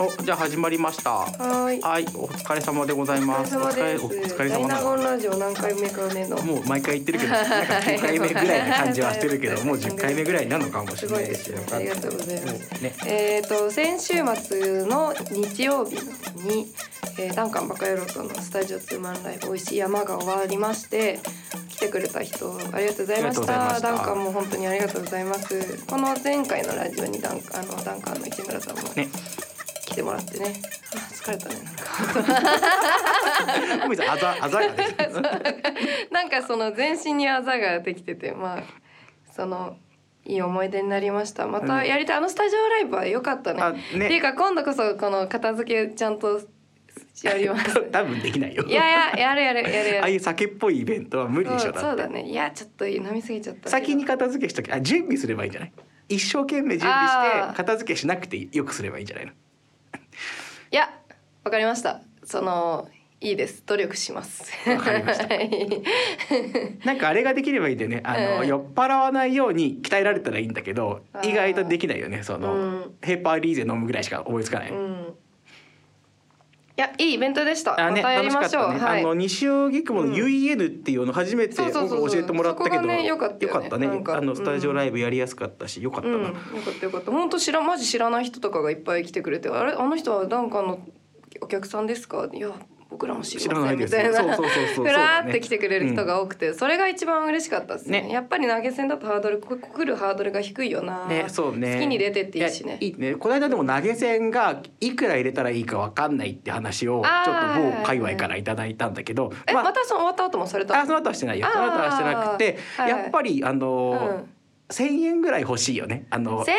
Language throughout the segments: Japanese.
おじゃあ始まりました。はい。はい、お疲れ様でございます。お疲れお様です。疲れダイ様ナだ。ゴンもラジオ何回目か目の。う毎回言ってるけど、なんか9回目ぐらいの感じはしてるけど、もう10回目ぐらいなのかもしすれごないいでですすよね。。ありがとうございまもす。うね、えっ、と先週末の日曜日に、えー、ダンカンバカヤロトのスタジオツーマンライブ美味しい山が終わりまして来てくれた人ありがとうございまありがとしたうございましたダンカンも本当にありがとうございますこの前回のラジオにダンあのダンカンの市村さんもね来てもらってねあ疲れたねなんかごめんなさい、あざ、あざがね。なんかその全身にあざができててまあそのいい思い出になりましたまたやりたい、あのスタジオライブは良かったねあっていうね、か今度こそこの片付けちゃんとや ります多分できないよ。いやいややるやるやるやああるいう酒っぽいイベントは無理でしそょうそうだだって。ねいやちょっと飲みすぎちゃったけど先に片付けしとけ、あ、準備すればいいんじゃない。一生懸命準備しあーて、片付けしなくてよくすればいいんじゃないの。いやわかりましたそのいいです努力しますわかりました なんかあれができればいいんだよね。あの、うん酔っ払わないように鍛えられたらいいんだけどあ、ー意外とできないよね。その、うんヘーパーリーゼ飲むぐらいしか思いつかない。うんいやいいイベントでしたあまね、たやり楽しかまっしょたうね。はいあの西尾菊もうんの UEN っていうの初めてそうそうそうそう僕教えてもらったけそこど、がね良かったよねねなんかあのスタジオライブやりやすかったし、良かったな。うん、よかったよかった本当知らマジ知らない人とかがいっぱい来てくれて「あれあの人はダンカンのお客さんですか?」いや僕らも知り知らなませいん」でみす。たいなそうそうそうそう。ふらーって来てくれる人が多くて、それが一番嬉しかったですねねやっぱり投げ銭だとハードルこ来るハードルが低いよな、ね、そうね。好きに出てっていいしねやいいね。この間でも投げ銭がいくら入れたらいいかわかんないって話をあーちょっと某界隈からいただいたんだけど、え、まあまたその終わった後もされたあその後はしてないよあーその後はしてなくて、はいはいやっぱりあうのんー、1,000円ぐらい欲しいよねあの1000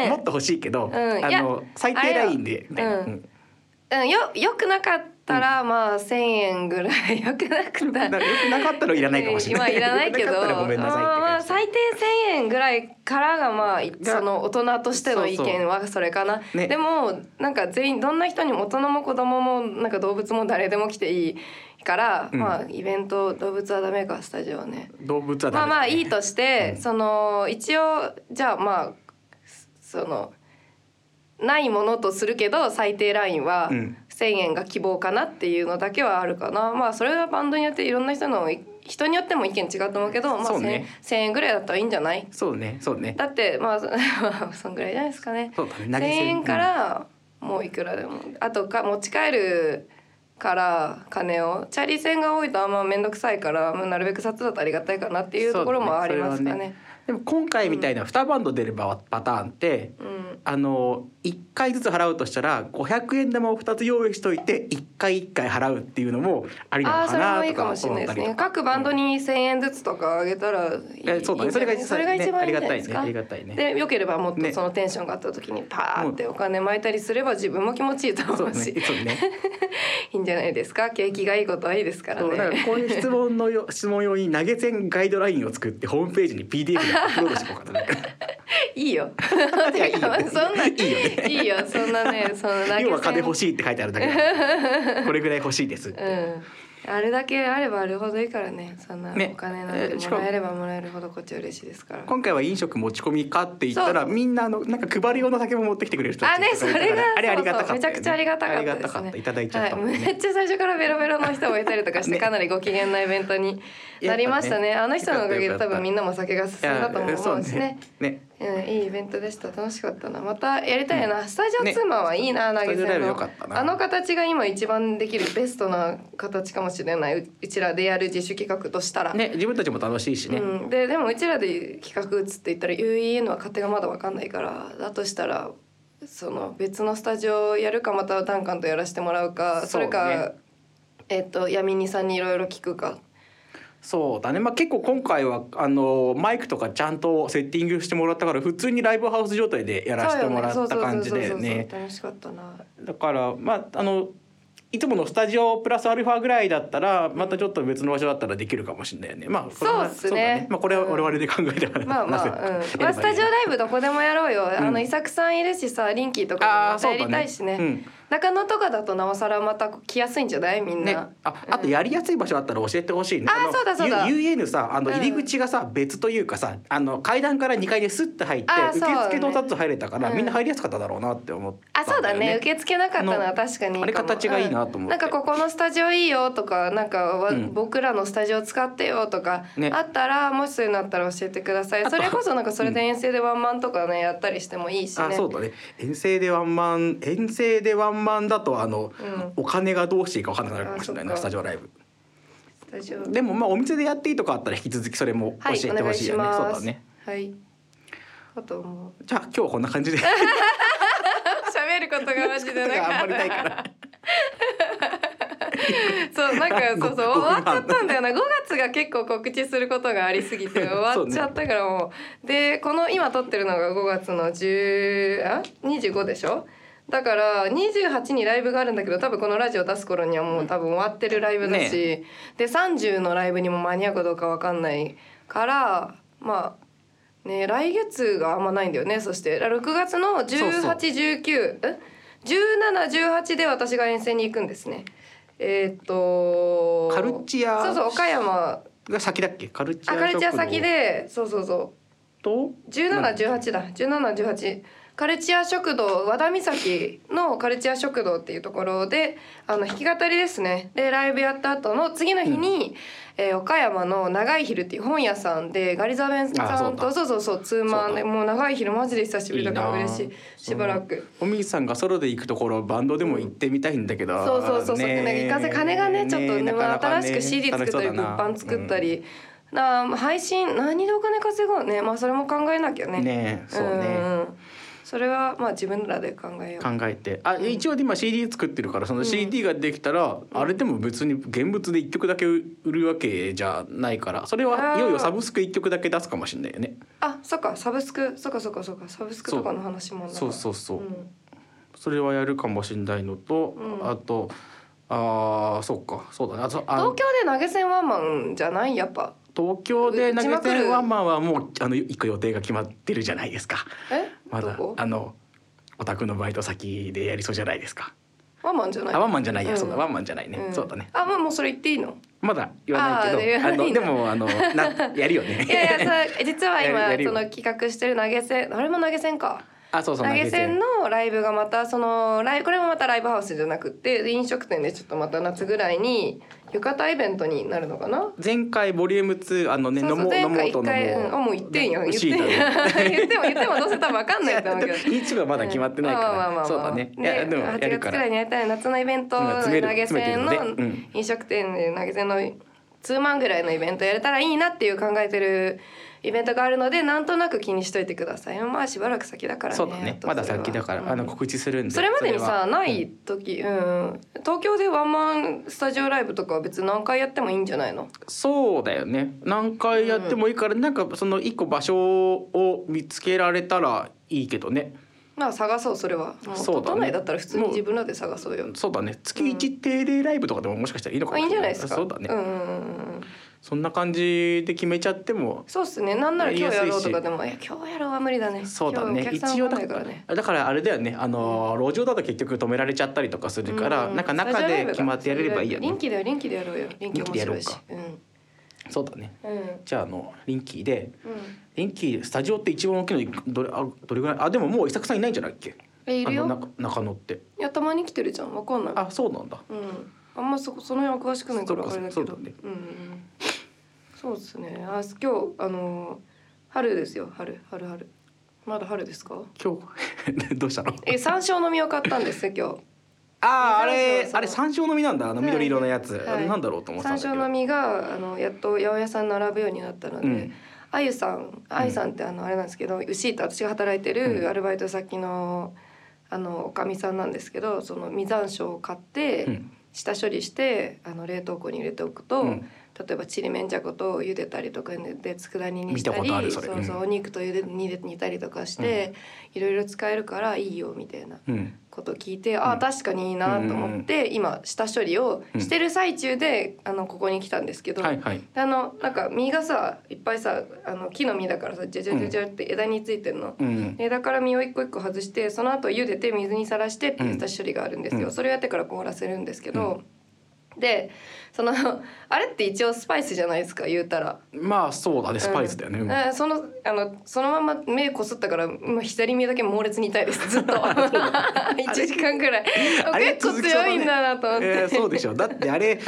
円もっと欲しいけど、んあいやの最低ラインでみたいな、うんうんうん、よよくなかったら、まあ1,000円ぐらいよくなくただからよくなかったらいらないかもしれない。まあいらないけど、よくかったらごめんなさいってま感あじ最低千円ぐらいからがまあいがその大人としての意見はそれかな。うねでもなんか全員どんな人にも大人も子供もなんか動物も誰でも来ていいから、うんまあイベント動物はダメかスタジオはね。動物はダメだねまあまあいいとして、うんその一応じゃあまあそのないものとするけど最低ラインはうん1,000円が希望かなっていうのだけはあるかな、まあそれはバンドによっていろんな人の人によっても意見違うと思うけど、まあ、そう 1,000,、ね1000円ぐらいだったらいいんじゃないそうねそうねだってまあそまあ そんぐらいじゃないですかね。そうだね1,000投げ銭円からもういくらでもあとか持ち帰るから金をチャリ線が多いとあんま面倒くさいからもうなるべく札だとありがたいかなっていうところもありまそすかうだね。でも今回みたいな2バンド出ればパターンって、うんあの1回ずつ払うとしたら500円玉を2つ用意しといて1回1回払うっていうのもありなあのあそかれもないいとかかもしれな思っいでたすりねとか。各バンドに1,000円ずつとかあげたらいいえそうだねそれがいいんじゃないそれが一番いいんじゃないですかありがたいねありがたいねでよければもっとねそのテンションがあった時にパーってお金巻いたりすれば自分も気持ちいいとそ思ううねしそうねいいんじゃないですか景気がいいことはいいですからそうだからね。こういう質問のよ 質問用に投げ銭ガイドラインを作ってホームページに PDF でアップロードしていこうかな。いいよ。いやいいよねそんな。いいよね。いいよそんな ねその投げ要は金欲しい、しいって書いてあるだけだから。これぐらい欲しいですって。うん、あれだけあればあるほどいいからねそんなねお金なんえてーしかももらえればもらえるほどこっちは嬉しいですから、今回は飲食持ち込みかって言ったらみんなあのなんか配る用の酒も持ってきてくれる人たちあねとそかいたれからがあれありがたかったよね、そうそうめちゃくちゃありがたかったですねありがたかったいただいちゃはったい、もんね、めっちゃ最初からベロベロの人もいたりとかして、ねかなりご機嫌なイベントになりましたねよかったねあの人のおかげよかったよで多かった分みんなも酒が進んいやだと思うしそうねねねうん、いいイベントでした楽しかったなまたやりたいな、スタジオツーマンはいいな、ね投げスタジオライ銭ブ良のかったなあの形が今一番できるベストな形かもしれないううちらでやる自主企画としたら、ね自分たちも楽しいしね、うん、ででもうちらで企画打つって言ったら UEN は勝手がまだ分かんないからだとしたらその別のスタジオをやるかまたダンカンとやらせてもらうかそそうねれか、えっと闇にさんにいろいろ聞くかそうだねまあ結構今回はあのマイクとかちゃんとセッティングしてもらったから普通にライブハウス状態でやらせてもらそうっよたね感じだよそうそうそうねそう楽しかったなだからまああのいつものスタジオプラスアルファぐらいだったらまたちょっと別の場所だったらできるかもしれないよねまあこれはそうっすねだまあこれは我々で考えて もらまあまあ、 うん、まあスタジオライブどこでもやろうよ。あうのん伊作さんいるしさ、リンキーとかもまたやりたいしね。うん中野とかだとなおさらまた来やすいんじゃないみんねな、、ああとやりやすい場所あったら教えてほしいね。あーのそうだそうだ U- UAN さあのうん入り口がさ、別というかさあの階段から2階でスッと入ってあーそう受だね付到達入れたから、うんみんな入りやすかっただろうなって思ったあんよ、そうだね受付なかったのあはの確かにいいかもあれ形がいいなと思ってうんなんかここのスタジオいいよとかなんかわ、うん僕らのスタジオ使ってよとか、ねあったらもしそういうのあったら教えてくださいあとそれこそなんかそれで遠征でワンマンとかねやったりしてもいいしねあそうだね遠征でワンマン遠征でワンマンだとあの、うんお金がどうしていいか分かんなくなるかもしれないなあスそタっかジオライブスタジオでもまあお店でやっていいとかあったら引き続きそれも教はえいおて願ほいしいしよね、ますそうだねはいあともうじゃあ今日はこんな感じ で喋ることがマジで なあかんまりっないからた そうなんかそうそう終ごごわっちゃったんだよな5月が結構告知することがありすぎて終わっちゃったからもうでこの今撮ってるのが5月の10あ25でしょだから28にライブがあるんだけど多分このラジオ出す頃にはもう多分終わってるライブだし、で30のライブにも間に合うかどうかわかんないからまあね来月があんまないんだよねそして6月のそう18191718で私が遠征に行くんですねえーっとカルチアそうそう岡山が先だっけカルチアあカルチア先食でそうそうそう堂と1718だ1718カルチア食堂和田岬のカルチア食堂っていうところであの弾き語りですねでライブやった後の次の日に、えー岡山の長い昼っていう本屋さんでガリザベンあさそうんだとそうそうそうツーマンでそうもう長い昼マジで久しぶりだから嬉しいいいなしばらく。おみさんがソロで行くところバンドでも行ってみたいんだけど、そうそうそうそう、なんかいかんせん金がねちょっとねなかなか新しく CD 作ったり楽しそう物だな販作ったり、な配信何でお金稼ごうねまあそれも考えなきゃうんねそうね、んうん、それはまあ自分らで考えよう考えてあ一応今 CD 作ってるからそのん CD ができたら、あれでも別に現物で1曲だけ売るわけじゃないからそれあはーいよいよサブスク1曲だけ出すかもしれないよねあそっかサブスクそっかそっかそっかサブスクとかの話もあんだそううそうそう、んそれはやるかもしれないのと、うんあとあーそうかそうだねあとあ東京で投げ銭ワンマンじゃないやっぱ東京で投打ちまげくる銭ワンマンはもうあの行く予定が決まってるじゃないですかえまだどこあのお宅のバイト先でやりそうじゃないですかワンマンじゃないあワンマンじゃないや、うんそうだワンマンじゃないね、んそうだねあもうもうそれ言っていいの まだ言わないけど、ああー言わないのんでだもあのな やるよね。いやいやそう実はや今るよその企画してる投げ銭あれも投げ銭か あそうそ投うげ銭のライブがまたそのライブこれもまたライブハウスじゃなくて飲食店でちょっとまた夏ぐらいに浴衣イベントになるのかな前回ボリューム2あのねそう飲そもうう前飲も回うと飲一も回うんあもう言ってんよ言ってんよシータ 言っても言ってもどうせ多分分かんないと思うけどで一部は まだ決まってないまあまあまあまかあら、そうだね。いやでもや8る月かくららい。にやりたい夏のイベントうん投詰めるげ銭の詰めてるね飲食店で投げ銭の2万ぐらいのイベントやれたらいいなっていう考えてるイベントがあるのでなんとなく気にしといてくださいまあしばらく先だからねそうだね。まだ先だから、あのこ告知するんで。それまでにそはさない時、うんうん、東京でワンマンスタジオライブとかは別に何回やってもいいんじゃないのそうだよね。何回やってもいいから、なんかその一個場所を見つけられたらいいけどね。まあ探そうそれはもうそうだね都内だったら普通に自分らで探そうよそうだね。月一定例ライブとかでももしかしたらいいのかもあいいんじゃないれですかそうだねう。んうんうんうんそんな感じで決めちゃってもそうっすねなんなら今日やろうとやりやすいかしでもいや今日やろうは無理だねそうだね今日お客さん一応わかだんないかかららねだからあれだよねあのー路上だと結局止められちゃったりとかするから、うなんか中で決まってやれればいいよ臨ね機だよ臨機でやろうよ臨機面白いし臨うそうだねんうんじゃああのリンキーでうんリンキースタジオって一番大きいのいどれあどれぐらいあでももう伊作さんいないんじゃないっけえいるあのよ中中野っていやたまに来てるじゃんわかんないあそうなんだうんあんまそこその辺は詳しくないからそうあかれだけそどうだねうんうんそうですねあ今日あのー春ですよ春春春まだ春ですか今日 どうしたのえ山椒の実を買ったんですよ今日あーあ山椒れそうあれ山椒の実なんだあのはい緑色のやつ、はいなんだろうと思ってた山んだけ椒どの実があのやっと八百屋さんに並ぶようになったので、うんあゆさんあゆさんってあのあれなんですけど、牛って私が働いてうんるアルバイト先のあのおかみさんなんですけどその実山椒を買って、うん下処理してあの冷凍庫に入れておくと、うん例えばちりめんじゃこと茹でたりとかで佃煮にしたり見たことあるそれうそう、うんお肉と茹で煮で煮たりとかして、いろいろ使えるからいいよみたいなうんことを聞いて、ああ確かにいいなと思って、今下処理をしてる最中で、あのここに来たんですけど、はいはい。あのなんか実がさいっぱいさあの木の実だからさジャジャジャジャって枝についてるの、うん。枝から実を一個一個外してその後茹でて水にさらしてっていう下処理があるんですよ、うんそれをやってから凍らせるんですけど、でそのあれって一応スパイスじゃないですか言うたら、まあそうだねスパイスだよね。うんうんそのあのそのまま目こすったから今左目だけ猛烈に痛いですずっ と 1時間ぐらいあれ結構強いんだなと思って、えーそうでしょだって あれ結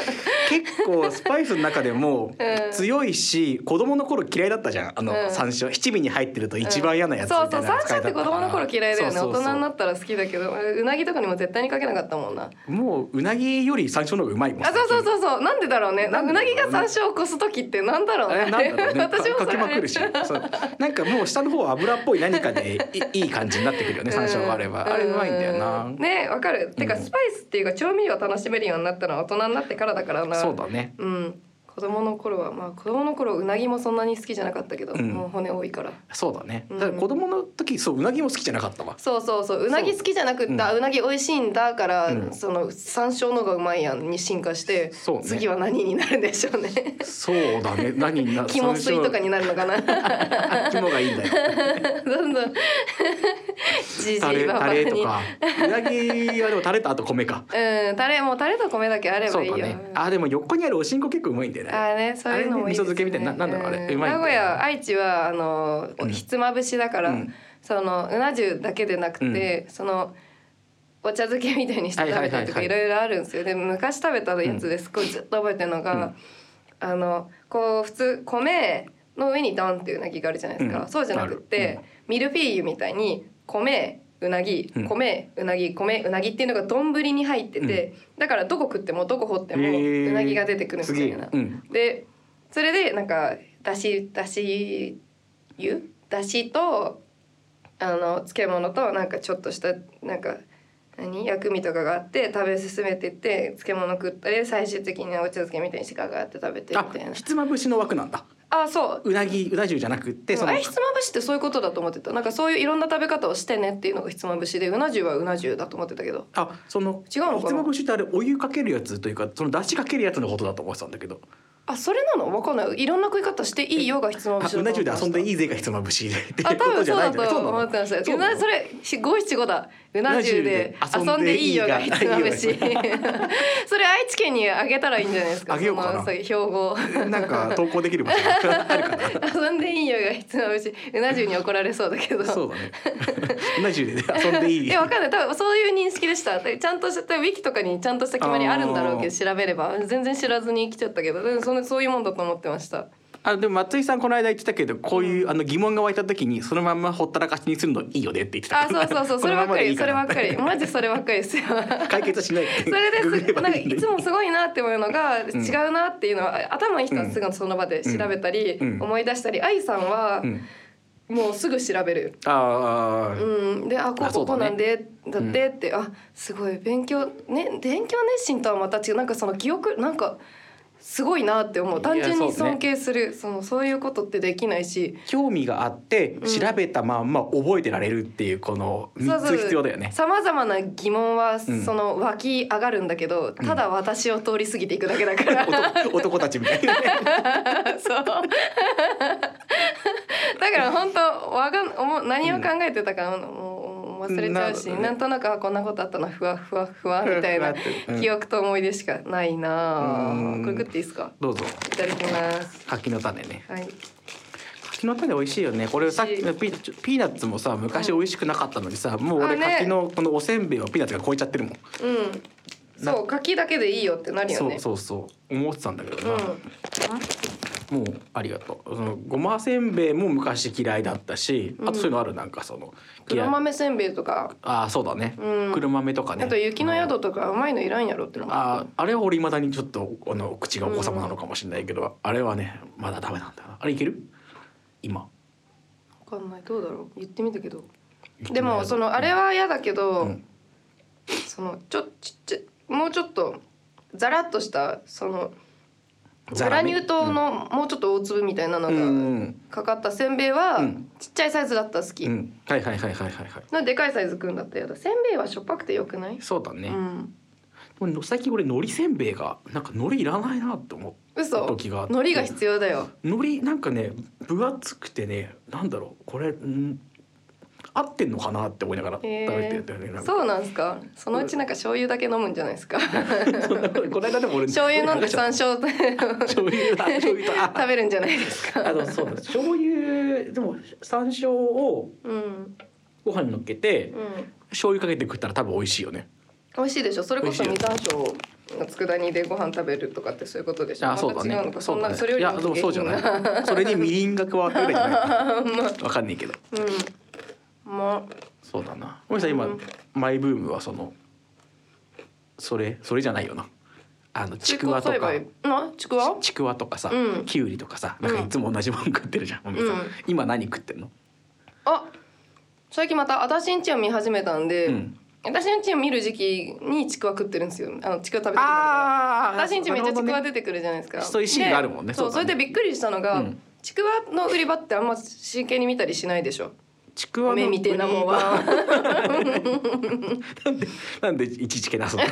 構スパイスの中でもうん強いし、子供の頃嫌いだったじゃんあの、うん山椒七味に入ってると一番嫌なやつみそうたいそうな山扱椒いっだってた子から供の頃嫌いだよそうそねうそう大人になったら好きだけどうなぎとかにも絶対にかけなかったもんなもううなぎより山椒の方がうまいもんあそうそううそうそうなんでだろうねなうなぎが山椒をこす時ってなんだろうえねなんだろうね 私もかかけまくるしそれそうなんかもう下の方は油っぽい何かで いいい感じになってくるよね山椒があれば、うんあれうまいんだよな、うんねわかるてかうんスパイスっていうか調味料を楽しめるようになったのは大人になってからだからなそうだねうん子供の頃はまあ子供の頃うなぎもそんなに好きじゃなかったけど、うんもう骨多いからそうだね、うんだから子供の時そううなぎも好きじゃなかったわそうそうそううなぎ好きじゃなくってうんあうなぎ美味しいんだから、うんその山椒のがうまいやんに進化して、そうね次は何になるんでしょうねそうだ ね何にな肝吸いとかになるのかなあ肝がいいんだよどんど ん じじタレばタばレにとかうなぎはでもタレとあと米 かうんタレもうタレと米だけあればそいういだよ、ねあでも横にあるおしんこ結構うまいんだよねあーね、そういうのもいいです、あれね。ね味噌漬けみたいななんだろうあれんうまいんだ名よ古屋、愛知はあの、うんひつまぶしだから、うんそのうな重だけでなくて、その。お茶漬けみたいにして食べたりとかはいいはろいろあるんですよ。で昔食べたやつですごいずっと覚えてるのが、あのこう普通米の上にドンっていううなぎがあるじゃないですか。うんそうじゃなくあるて、ミルフィーユみたいに米うなぎうん米うなぎ米うなぎっていうのが丼に入ってて、だからどこ食ってもどこ掘ってもへーうなぎが出てくるみた次いな。うんでそれでなんかだしだし湯だしとあの漬物となんかちょっとしたなんか何薬味とかがあって食べ進めてって漬物食ったり最終的にお茶漬けみたいにしてガガって食べてみあたいなひつまぶしの枠なんだあそううなぎうな重じゃなくってそのあれひつまぶしってそういうことだと思ってたなんかそういういろんな食べ方をしてねっていうのがひつまぶしでうな重はうな重だと思ってたけどあその違うのかなひつまぶしってあれお湯かけるやつというかその出汁かけるやつのことだと思ってたんだけどあそれなのわかんないいろんな食い方していいよがひつまぶあしうな重で遊んでいいいぜがひつまぶしでっていうこあ、多と分じゃそうないだんだねと思ってましそた。ううななのそれし五七五だ。うな重でう遊な重でんでいいよが遊んでいいひがつまぶし。 それ愛知県にあげたらいいんじゃないですか。あげようかなそのそういう標 語。なんか投稿できる場所 あるかな遊んでいいよがひつまぶし。うな重に怒られそうだけど。そうだねうな重でね遊んでいいえわかんない多分そういう認識でしたでちゃんとしたウィキとかにちゃんとした決まりあるんだろうけどあ調べれば全然知らずに来ちゃったけどでもそのそういうもんだと思ってましたあでも松井さんこの間言ってたけどこういう、あの疑問が湧いた時にそのまんまほったらかしにするのいいよねって言ってたあそうそうそうそ これのまばっまかでいりいそればっかりなマジそればっかりですよ解決しないそ そ れググですればなんかいいんだいよつもすごいなって思うのが、ん違うなっていうのはあ頭いい人はすぐその場で調べたり、うん思い出したり愛さんはうん、もうすぐ調べる。あー、うん、であこあうこそううだねこうなんでだ,、ってってあすごい勉強ね勉強熱心とはまた違うなんかその記憶なんかすごいなって思う単純いやそうにね尊敬するそ,、のそういうことってできないし興味があって調べたまんま覚えてられるっていうこの3つ必要だよ ね。さまざまな疑問はんその湧き上がるんだけど、ただ私を通り過ぎていくだけだから。男男たちみたいな。 そう。だから本当わかんおも何を考えてたかももう忘れちゃうし、ななんとなくあこんなことあったなふわふわふわみたいなふわふわってうん記憶と思い出しかないなあ。うんこれ食っていいですか？どうぞいただきます。柿の種ね。はい。柿の種美味しいよね。これさっきのピピーナッツもさ昔美味しくなかったのにさ、もう俺あね柿のこのおせんべいはピーナッツが超えちゃってるもん。うん。なそう柿だけでいいよってなるよそうね。そうそう思ってたんだけどうな。ん。もうありがとうそのごませんべいも昔嫌いだったし、あとそういうのあるなんかその嫌い黒豆せんべいとか、ああそうだね、うん黒豆とかねあと雪の宿とかうまいのいらんやろってのもあああれは俺未だにちょっとあの口がお子様なのかもしれないけど、あれはねまだダメなんだよなあれいける今わかんないどうだろう言ってみたけど。でもそのあれは嫌だけど、うんそのちょちっちゃもうちょっとザラッとしたそのザグララメニュー糖のもうちょっと大粒みたいなうんうのがんかかったせんべいはうんちっちゃいサイズだったら好き、うんはいはいはいはいはいはいなんででかいサイズ食うんだったらやだせんべいはしょっぱくてよくない、そうだね、うんでも最近俺海苔せんべいがなんか海苔いらないなって思った嘘時があって海苔が必要だよ海苔なんかね分厚くてねなんだろうこれん合ってんのかなって思いな がら食べへてえたよね、なんかそうなんですかそのうちなんか醤油だけ飲むんじゃないです かそんなことこの間でも俺醤油飲んで山椒 食醤油だ醤油だあべるんじゃないですあかのそうだ醤油でも山椒をうんご飯にのっけてうん醤油かけて食ったら多分美味しいよね美味しいでしょそれこそ美味実しい山椒の佃煮でご飯食べるとかってそういうことでしょあそうだまた違うねのかそそうんだねなそれいよりやでもそうじゃないそれにみりんが加わってるぐらい じゃないあまあわかんないけどうんまそうだな森さん今、うんマイブームはそのそれそれじゃないよなあのあちくわとか栽培なちくわちくわとかさ、うんきゅうりとかさなんかうんいつも同じもん食ってるじゃん、おめえさんうん今何食ってんの、あ最近また私んちを見始めたんで、うん、私んちを見る時期にちくわ食ってるんですよあのちくわ食べてるからあー私んちめっちゃちくわなる出てくるじゃないですかそういうシーンがあるもんねでそうそそうだねれでびっくりしたのが、うんちくわの売り場ってあんま真剣に見たりしないでしょほどねちくわの目みてえなもんはなんでなんでいちいちけなすの い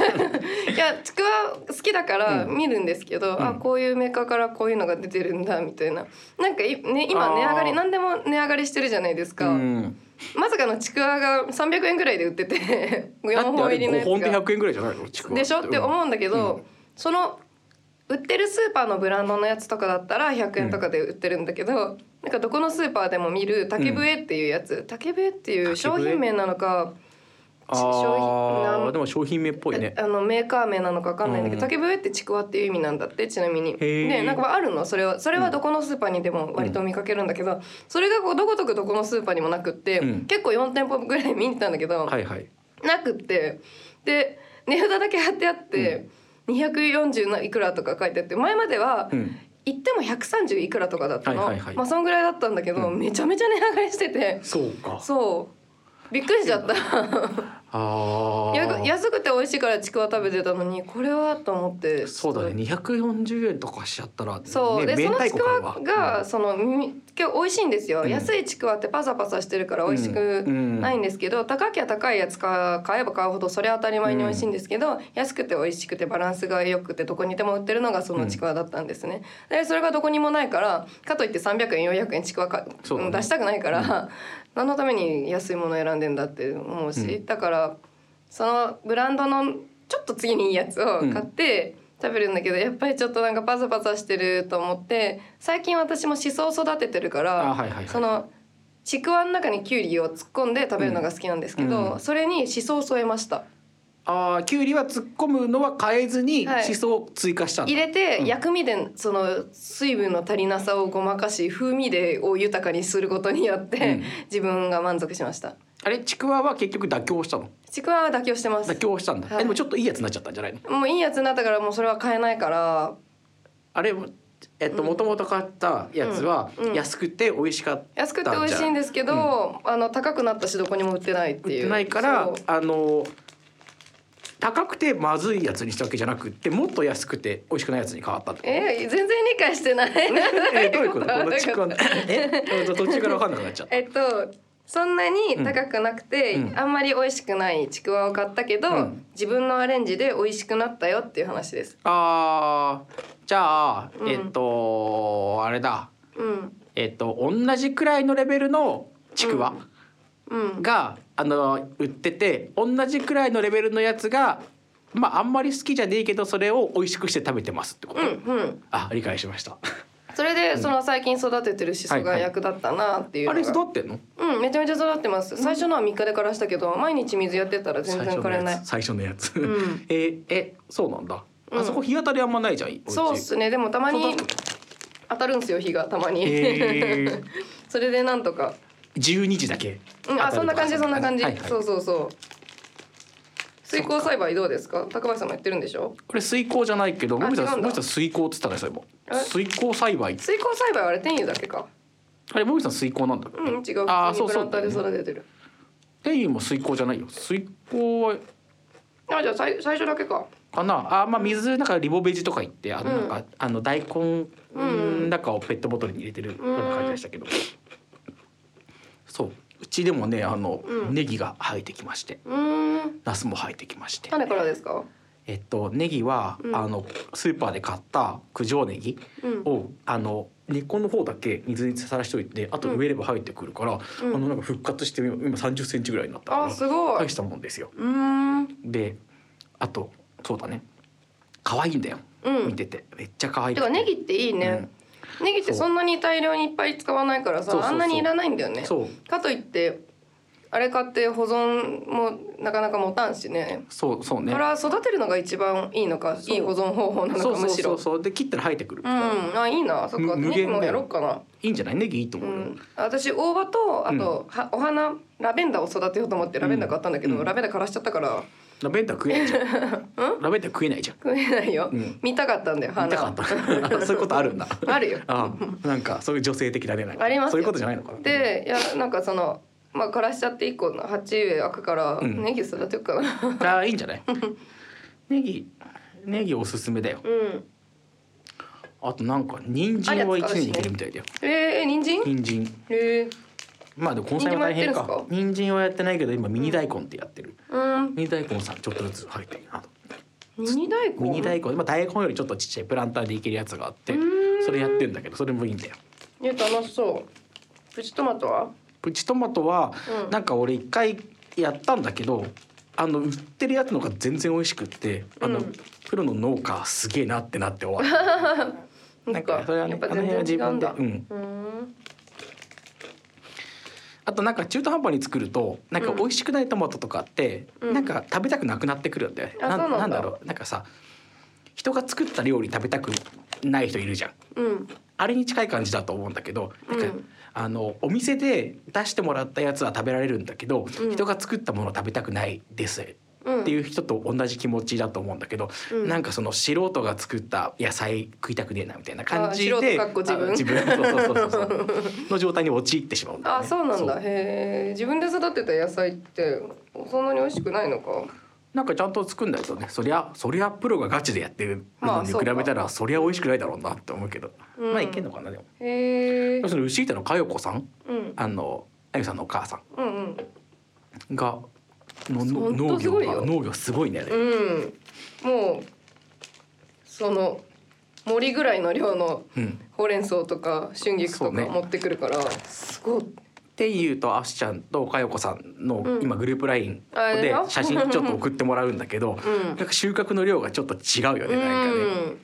やちくわ好きだからうん見るんですけど、うんあこういうメーカーからこういうのが出てるんだみたいななんかい、ね、あ今ー値上がり何でも値上がりしてるじゃないですか、うんまさかのちくわが300円ぐらいで売ってて だ4って本あれ入りの5やつ本でが100円ぐらいじゃないのちくわでしょって思うんだけど、うその売ってるスーパーのブランドのやつとかだったら100円とかで売ってるんだけど、なんかどこのスーパーでも見る竹笛っていうやつ、竹笛っていう商品名なのかあ商品ーなでも商品名っぽいねあのメーカー名なのかわかんないんだけど、うん竹笛ってちくわっていう意味なんだってちなみに。へーでなんかあるのそれはそれはどこのスーパーにでも割と見かけるんだけど、それがこうどことくどこのスーパーにもなくって、うん結構4店舗ぐらい見に行ったんだけど、はいはいなくってで値札だけ貼ってあって、240ないくらとか書いてあって前までは、うん行っても130いくらとかだったの、はいはいはいまあそんぐらいだったんだけど、うめちゃめちゃ値上がりしててそうかそうびっくりしちゃったああやく安くて美味しいからちくわ食べてたのにこれはと思ってそうだね240円とかしちゃったらそう、ねでそのちくわ買うが、そのみ結構美味しいんですよ、うん安いちくわってパサパサしてるからうん美味しくうんないんですけど、高きゃ高いやつか買えば買うほどそれは当たり前に美味しいんですけど、安くて美味しくてバランスが良くてどこにでも売ってるのがそのちくわだったんですね、でそれがどこにもないからかといって300円400円ちくわか、そうだね出したくないから、 何のために安いもの選んでんだって思うし、うだからそのブランドのちょっと次にいいやつを買って食べるんだけど、やっぱりちょっとなんかパサパサしてると思って最近私もしそを育ててるかあら、はいはいはいそのちくわの中にきゅうりを突っ込んで食べるのが好きなんですけど、うんそれにしそを添えましたああきゅうりは突っ込むのは変えずにはいしそを追加したんだ、入れてうん薬味でその水分の足りなさをごまかし風味でを豊かにすることによって、うん自分が満足しましたあれちくわは結局妥協したのちくわは妥協してます妥協したんだ、はいえでもちょっといいやつになっちゃったんじゃないのもういいやつになったからもうそれは買えないからあれえっともともと買ったやつはうんうん安くて美味しかった、安くて美味しいんですけど、あの高くなったしどこにも売ってないって売っいてうないからそうあの高くてまずいやつにしたわけじゃなくってもっと安くて美味しくないやつに変わったってことえー全然理解してないえどういうことこのちくわ どういうこと え途中から分かんなくなっちゃ ったえっとそんなに高くなくて、うんあんまり美味しくないちくわを買ったけど、うん自分のアレンジで美味しくなったよっていう話ですあーじゃあ、うんえっとあれだうんえっと同じくらいのレベルのちくわうんが、あの売ってて同じくらいのレベルのやつがまああんまり好きじゃねえけどそれを美味しくして食べてますってこと、うんうんあ理解しましたそれで、その最近育ててるしそはいはがい役立ったなっていうあのが、れ育ってんのうんめちゃめちゃ育ってます最初のは3日で枯らしたけど毎日水やってたら全然枯れない最初のやつ最初のやつ、うん ええそうなんだ、うんあそこ日当たりあんまないじゃんお家そうっすねでもたまに育つ当たるんですよ日がたまに、へー それでなんとか、 12時だけうん、あそんな感じそんな感じ、はいはいそうそうそう水耕栽培どうですか高橋さんもやってるんでしょこれ水耕じゃないけど、あゴミさ違うんん、だゴミさん水耕っつったね、そういえば。え水耕栽培。水耕栽培はあれ天油だけかあれ、ゴミさん水耕なんだ。うん違う普通にあーそうプそラうンターで育ててる天油も水耕じゃないよ。水耕は。あじゃあ最最初だけかかなあまあ水なんかリボベジとか言ってあのうなんんか、あの大根うんなんかをペットボトルに入れてるようんうな感じでしたけど、そううちでもねあの、うんネギが生えてきましてうーんナスも生えてきまして種からですかえっとネギは、うんあのスーパーで買った九条ネギうんをあの根っこの方だけ水にさらしておいてあと植えれば生えてくるから、うんあのなんか復活して今30センチぐらいになったかあらすごい大したもんですよ。うーんであとそうだね可愛いんだよ、うん見ててめっちゃ可愛いてかネギっていいね、ネギってそんなに大量にいっぱい使わないからさそうそうそうあんなにいらないんだよねそうかといってあれ買って保存もなかなか持たんしねそうそうねだから育てるのが一番いいのかそういい保存方法なのそうかそうむしそろうそうで切ったら生えてくるうから、いんあいいなそっむか無ネギ限だよもやろっかないんじゃないネギいいと思ううよ、ん、私大葉とあと、はお花ラベンダーを育てようと思ってラベンダー買ったんだけど、うんラベンダー枯らしちゃったから ラベンダー食えないじゃんラベンダー食えないじゃん食えないよ、うん見たかったんだよ花見たかった あそういうことあるんだあるよあなんかそういう女性的だねなんかありますよそういうことじゃないのかなでいやなんかそのまあ枯らしちゃって一個の鉢植え開くから、うんネギ育てるかなあいいんじゃないネギネギおすすめだようんあとなんか人参は一年いけるみたいだよえー、人参人参えー、まあでも根菜は大変人参もやかって人参はやってないけど今ミニ大根ってやってる、うんミニ大根さんちょっとずつ入ってるなとミニ大根ミニ大根今大根よりちょっとちっちゃいプランターでいけるやつがあってうんそれやってんだけどそれもいいんだよえ楽しそうプチトマトはプチトマトはうんなんか俺一回やったんだけどあの売ってるやつの方が全然美味しくってあの、うんプロの農家すげえなってなって終 わるなんかそれはねやっぱ全然違うんだあの辺は自分うーんあとなんか中途半端に作るとなんか美味しくないトマトとかって、うんなんか食べたくなくなってくるんだよね、あそうなんだなんだろうなんかさ人が作った料理食べたくない人いるじゃんうんあれに近い感じだと思うんだけど、なんかうんあのお店で出してもらったやつは食べられるんだけど、うん人が作ったものは食べたくないですっうんていう人と同じ気持ちだと思うんだけど、うんなんかその素人が作った野菜食いたくねえなみたいな感じであ素人かっこ自分あ自分そうそうそうそうの状態に陥ってしまうんだよあね。そうなんだそへえ自分で育てた野菜ってそんなに美味しくないのかなんかちゃんと作んないとねそりゃそりゃプロがガチでやってるのにまあ比べたそうら、そりゃ美味しくないだろうなって思うけど、うんまあいけんのかなでも。へえその牛板の佳代子さんうんあのあゆさんのお母さんうんうんがののほんと農す業ごいよが農業すごいねあれうんもうその森ぐらいの量のうん、ほうれん草とか春菊そとうかね持ってくるから、すごいっていうとあしちゃんとかよこさんのうん今グループラインあれでな写真ちょっと送ってもらうんだけど、うんなんか収穫の量がちょっと違うよねなんかね、うん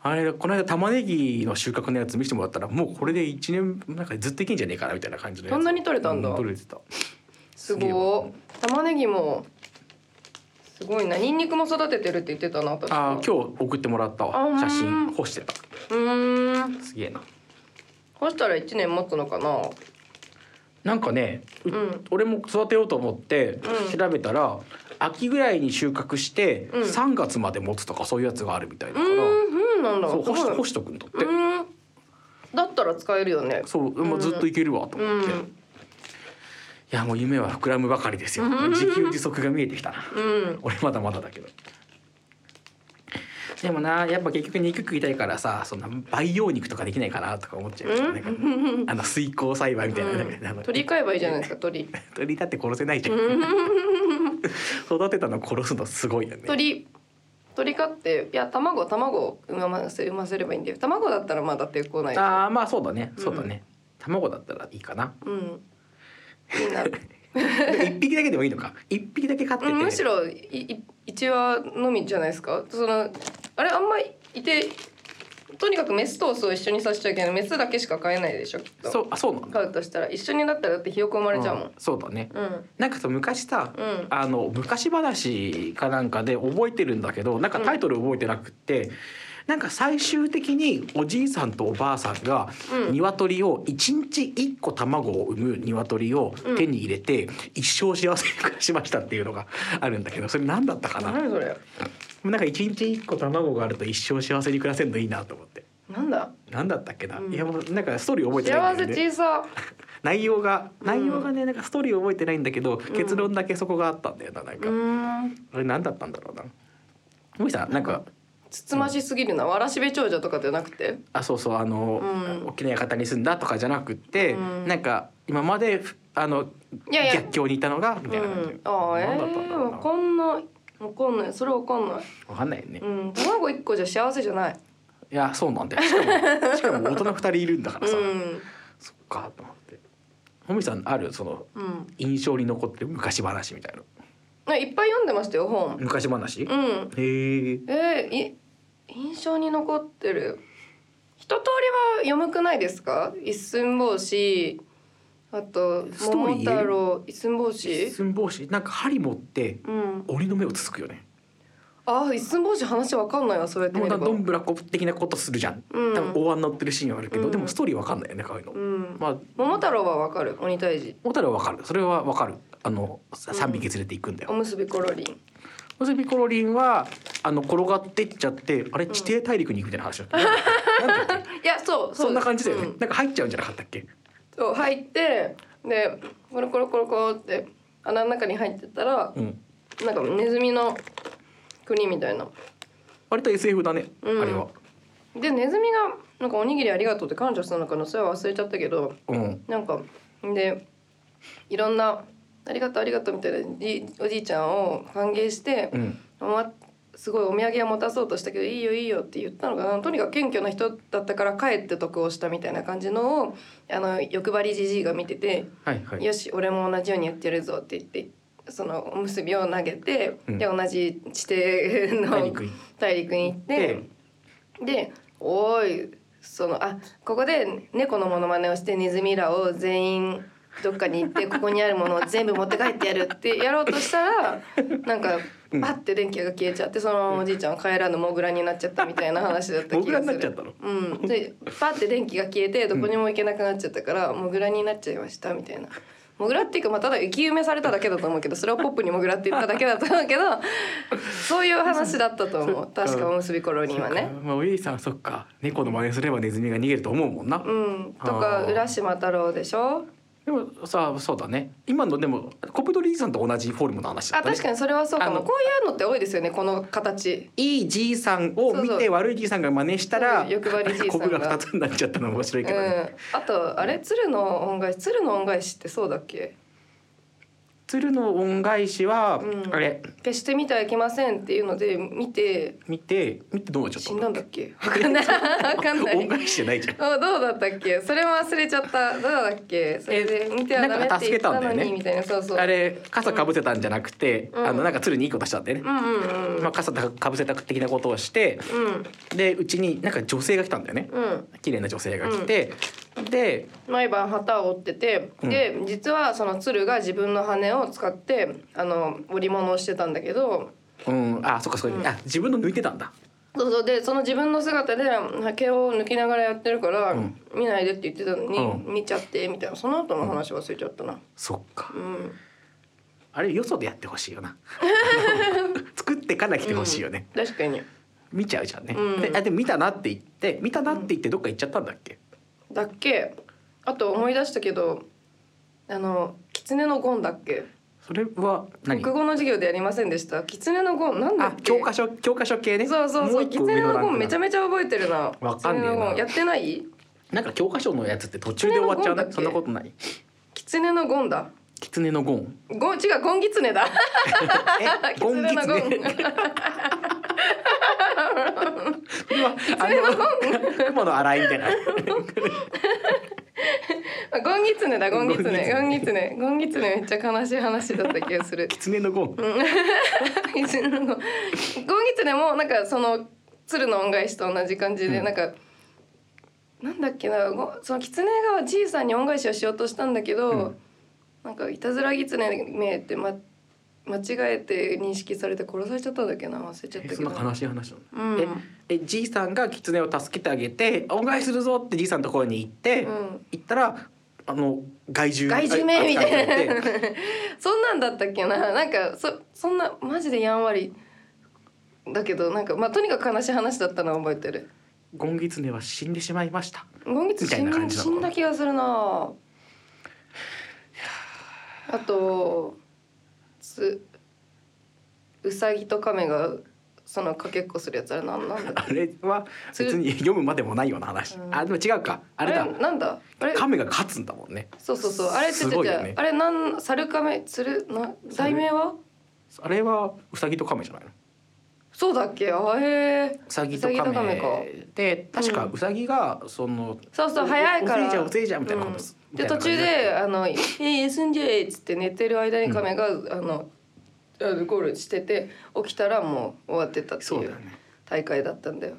あれこの間玉ねぎの収穫のやつ見せてもらったらもうこれで一年なんかずっといけんじゃねえかなみたいな感じのやつそんなに取れたんだう取れてたすすげえわごい玉ねぎもすごいなニンニクも育ててるって言ってたな確かあー今日送ってもらったあうわん写真干してたうーんすげえな干したら一年持つのかななんかね、ううん俺も育てようと思ってうん調べたら、秋ぐらいに収穫してうん3月まで持つとかそういうやつがあるみたいだうから、んうんなんだそうすご干いし干しとくんだって、うんだったら使えるよねそう、まあ、ずっといけるわとう思って、いんやもう夢は膨らむばかりですよ、うん自給自足が見えてきたなうん俺まだまだだけどでもなやっぱ結局肉食いたいからさそんな培養肉とかできないかなとか思っちゃう、うんなんかあの水耕栽培みたいな,、なんか 取り替えばいいじゃないですか鳥鳥だって殺せないじゃん。育てたの殺すのすごいよね。鳥鳥飼っていや卵卵を産ませ産ませればいいんだよ卵だったらまだ抵抗ないでしょああまあそうだねそうだね。卵だったらいいか な。うんいいな一匹だけでもいいのか。一匹だけ飼ってうて。んむしろいい一羽のみじゃないですかそのあれあんまりいてとにかくメスとオスを一緒にさせちゃいけないメスだけしか飼えないでしょきっとそうあそうなんだ。飼うとしたら一緒にだったらだってひよこ生まれちゃうもんんそうだね。うんなんかさ昔さ、うんあの昔話かなんかで覚えてるんだけどなんかタイトル覚えてなくって、なんか最終的におじいさんとおばあさんがうん鶏を一日一個卵を産む鶏を手に入れて、一生幸せに暮らしましたっていうのがあるんだけどそれ何だったかな、何それなんか一日一個卵があると一生幸せに暮らせるのいいなと思ってなんだ何だったっけな、うんいやもうなんかストーリー覚えてないんだ幸せよね小さ内容がうん内容がねなんかストーリー覚えてないんだけど、結論だけそこがあったんだよななんうか、ーんあれ何だったんだろうな森さんなんかつつましすぎるな、わらしべ長者とかじゃなくてあそうそうあの、うん大きな館に住んだとかじゃなくって、うんなんか今までふあのいやいや逆境にいたのがみたいな感じ、うん、ああえ何だったんだろうー、なわかんないわかんないそれわかんないわかんないよね、ういん卵一個じゃ幸せじゃないやそうなんだよしかもしかも大人二人いるんだから うさ、んそっかと思って堀さんあるそのうん印象に残ってる昔話みたいなあいっぱい読んでましたよ本昔話、うへんええー、い印象に残ってる一通りは読むくないですか一寸法師あとストーリー桃太郎一寸法師寸法師なんか針持ってうん鬼の目をつつくよねあー一寸法師話わかんないわそれってでも見なれんかばどんぶらこ的なことするじゃん、うん多分大案乗ってるシーンはあるけど、うんでもストーリーわかんないよねこういうの、うんまあ桃太郎はわかる鬼退治小樽はわかるそれはわかるあのさうん三匹連れて行くんだおよ、むすびコロリンそしてピコロリンはあの転がってっちゃってあれ地底大陸に行くみたいな話だ った、なんだっけいやそううそんな感じだよね、うんなんか入っちゃうんじゃなかったっけそう入ってでコロコロコロコロって穴の中に入ってったらうんなんかネズミの国みたいな割と SF だね、うんあれはでネズミがなんかおにぎりありがとうって感謝したのかなそれは忘れちゃったけどうんなんかでいろんなありがとうありがとうみたいなじおじいちゃんを歓迎してう、んますごいお土産を持たそうとしたけどいいよいいよって言ったのかなとにかく謙虚な人だったから帰って得をしたみたいな感じのをあの欲張りじじいが見ててはいはいよし俺も同じようにやってやるぞって言ってそのおむすびを投げて、うんで同じ地底の大陸行っ大陸に行っててで「おーいそのあここで猫のモノマネをしてネズミらを全員どっかに行 ってここにあるものを全部持って帰ってやる」ってやろうとしたらなんかうんパッて電気が消えちゃってそのままおじいちゃんは帰らぬモグラになっちゃったみたいな話だった気モグがする。ラになっちゃったのうん、でパッて電気が消えてどこにも行けなくなっちゃったから、モグラになっちゃいましたみたいな。モグラっていうかまあただ生き埋めされただけだと思うけどそれをポップにモグラって言っただけだと思うけどそういう話だったと思う確かおむすびコロニーはね。まあ、おゆいさんそっか猫の真似すればネズミが逃げると思うもんな、うん、とあかー浦島太郎でしょでもさそうだね今のでもコプドリーさんと同じフォルムの話だあったね確かにそれはそうかあものこういうのって多いですよねこの形いいじいさんを見そうそうて悪いじいさんが真似したらそう欲張りじいさんが コブが二つになっちゃったの面白ういんけどね、あとあれ鶴の恩返し鶴の恩返しってそうだっけ鶴の恩返しは、うんあれ決して見てはいけませんっていうので見て見て見てどうなっちゃった死んだんだっけわかん ないわかんな恩い返しじゃないじゃん あどうだったっけそれも忘れちゃったどうだっけそれで見てはダメって言ったなんか助けたのんだよにねみたいなそうそうあれ傘かぶせたんじゃなくて、うんあのなんか鶴にいいことしたんだようね、んうんうんまあ、傘かぶせた的なことをしてうんでうちになんか女性が来たんだよねうん綺麗な女性が来て、で毎晩旗を折ってて、うんで実はその鶴が自分の羽を使ってあの織物をしてたんだけどうんあそっかそっか、あ自分の抜いてたんだそうそうでその自分の姿で毛を抜きながらやってるから、うん見ないでって言ってたのに、う見ちゃってみたいなその後の話忘れちゃったな。そっかうんあれよそでやってほしいよ な作ってから来てほしいよね、確かに見ちゃうじゃんね、うんであでも見たなって言って見たなって言ってどっか行っちゃったんだっけ、だっけあと思い出したけどあの狐のゴンだっけそれは何国語の授業でやりませんでした狐のゴンなんだっあけ教科書教科書系ねそうそうもそうう一個上狐ラのンクゴンだめちゃめちゃ覚えてるなわかんねえな狐のゴンやってないなんか教科書のやつって途中で終わっちゃうねそ狐んなのゴこンだっとけない狐のゴンだ狐のゴンゴン違うゴンギツ ネだえゴン 狐狐 のゴン う わあの雲の洗いみたいなゴンギツネだゴンギツネゴゴンンギギツネゴンギツネめっちゃ悲しい話だった気がする狐のゴン、 狐のゴンゴンギツネもなんかその鶴の恩返しと同じ感じで、うんなんかなんだっけなごその狐がじいさんに恩返しをしようとしたんだけど、うんなんかいたずら狐めって、ま、間違えて認識されて殺されちゃったんだっけな忘れちゃったえけそんなど。悲しい話なのうんええじいさんが狐を助けてあげて「恩返しするぞ」ってじいさんのところに行って、うん行ったらあの害獣外獣名みた い扱なされてそんなんだったっけななんかそそんなマジでやんわりだけどなんかまあとにかく悲しい話だったのは覚えてるゴンギツネは死んでしまいました今月み死たいな感んじな死のんだ気がするなあとつうさぎと亀がそのかけっこするやつあれなんなんだっけあれは別に読むまでもないような話、うんあでも違うかあれだなんだあれ亀が勝つんだもんねそうそうそうあれちすょちょごいちょよねあれなん猿亀鶴な題名はあれはウサギと亀じゃないのそうだっけあへえウサギとウサギと亀か亀で確かうんウサギがそのそうそうお早いからおせいじゃんおせいじゃんみたいなことすうんで途中で「あのえー、休んじゃえ」っつって寝てる間に亀が、あのあのゴールしてて起きたらもう終わってたってそういだうよね大会だったんだよ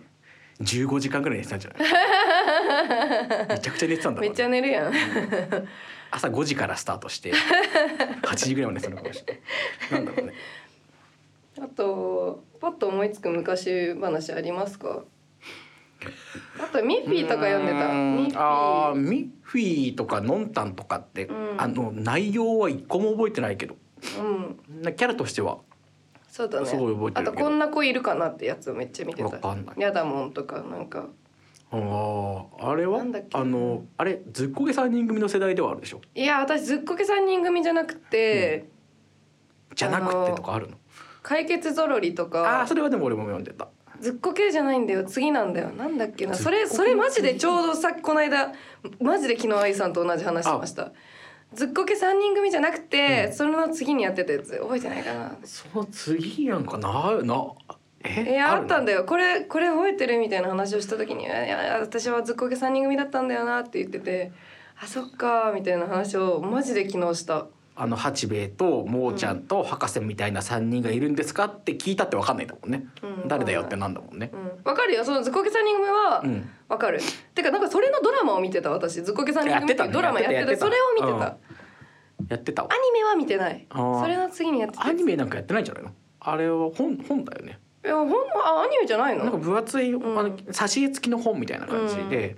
15時間ぐらい寝てたんじゃ ないめちゃくちゃ寝てたんだろめうっねちゃ寝るやん朝5時からスタートして 8時ぐらいまでそのかもしれない。なんだろうね。あとパッと思いつく昔話ありますかあとミッフィーとか読んでたうーんミッフィあーーミッフィーとかノンタンとかって、うんあの内容は一個も覚えてないけど、うんなキャラとしてはそうだねすごい覚えてるけどあとこんな子いるかなってやつをめっちゃ見てわかたんないやだもんとかなんかあーあれはなんだっけあのあれずっこけ三人組の世代ではあるでしょ。いや私ずっこけ三人組じゃなくて、じゃなくてとかあるの。解決ぞろりとあかあーそれはでも俺も読んでた。ずっこけじゃないんだよ次なんだよなんだっけなずっそこけれそれマジでちょうどさこの間マジで昨日愛さんと同じ話してましたずっこけ三人組じゃなくて、うんそれの次にやってたやつ覚えてないかなその次なんかななえいやあったんだよ。よこれこれ覚えてるみたいな話をした時に「いやいや私はずっこけ三人組だったんだよな」って言ってて「あそっか」みたいな話をマジで昨日したあの八兵衛とモーちゃんと博士みたいな三人がいるんですかって聞いたってわかんないんだもんね。うん誰だよってなんだもんねう。んわかるよそのずっこけ三人組は、うん。わかるてかなんかそれのドラマを見てた私ずっこけ三人やっ組てってたいねうドラマやってたやってたそれを見てた、うんアやってたわ。ニメは見てないあーそれの次にやってたアニメなんかやってないんじゃないの？あれは本本だよね。いやほんあアニメじゃないのなんか分厚い、んあの挿絵付きの本みたいな感じで、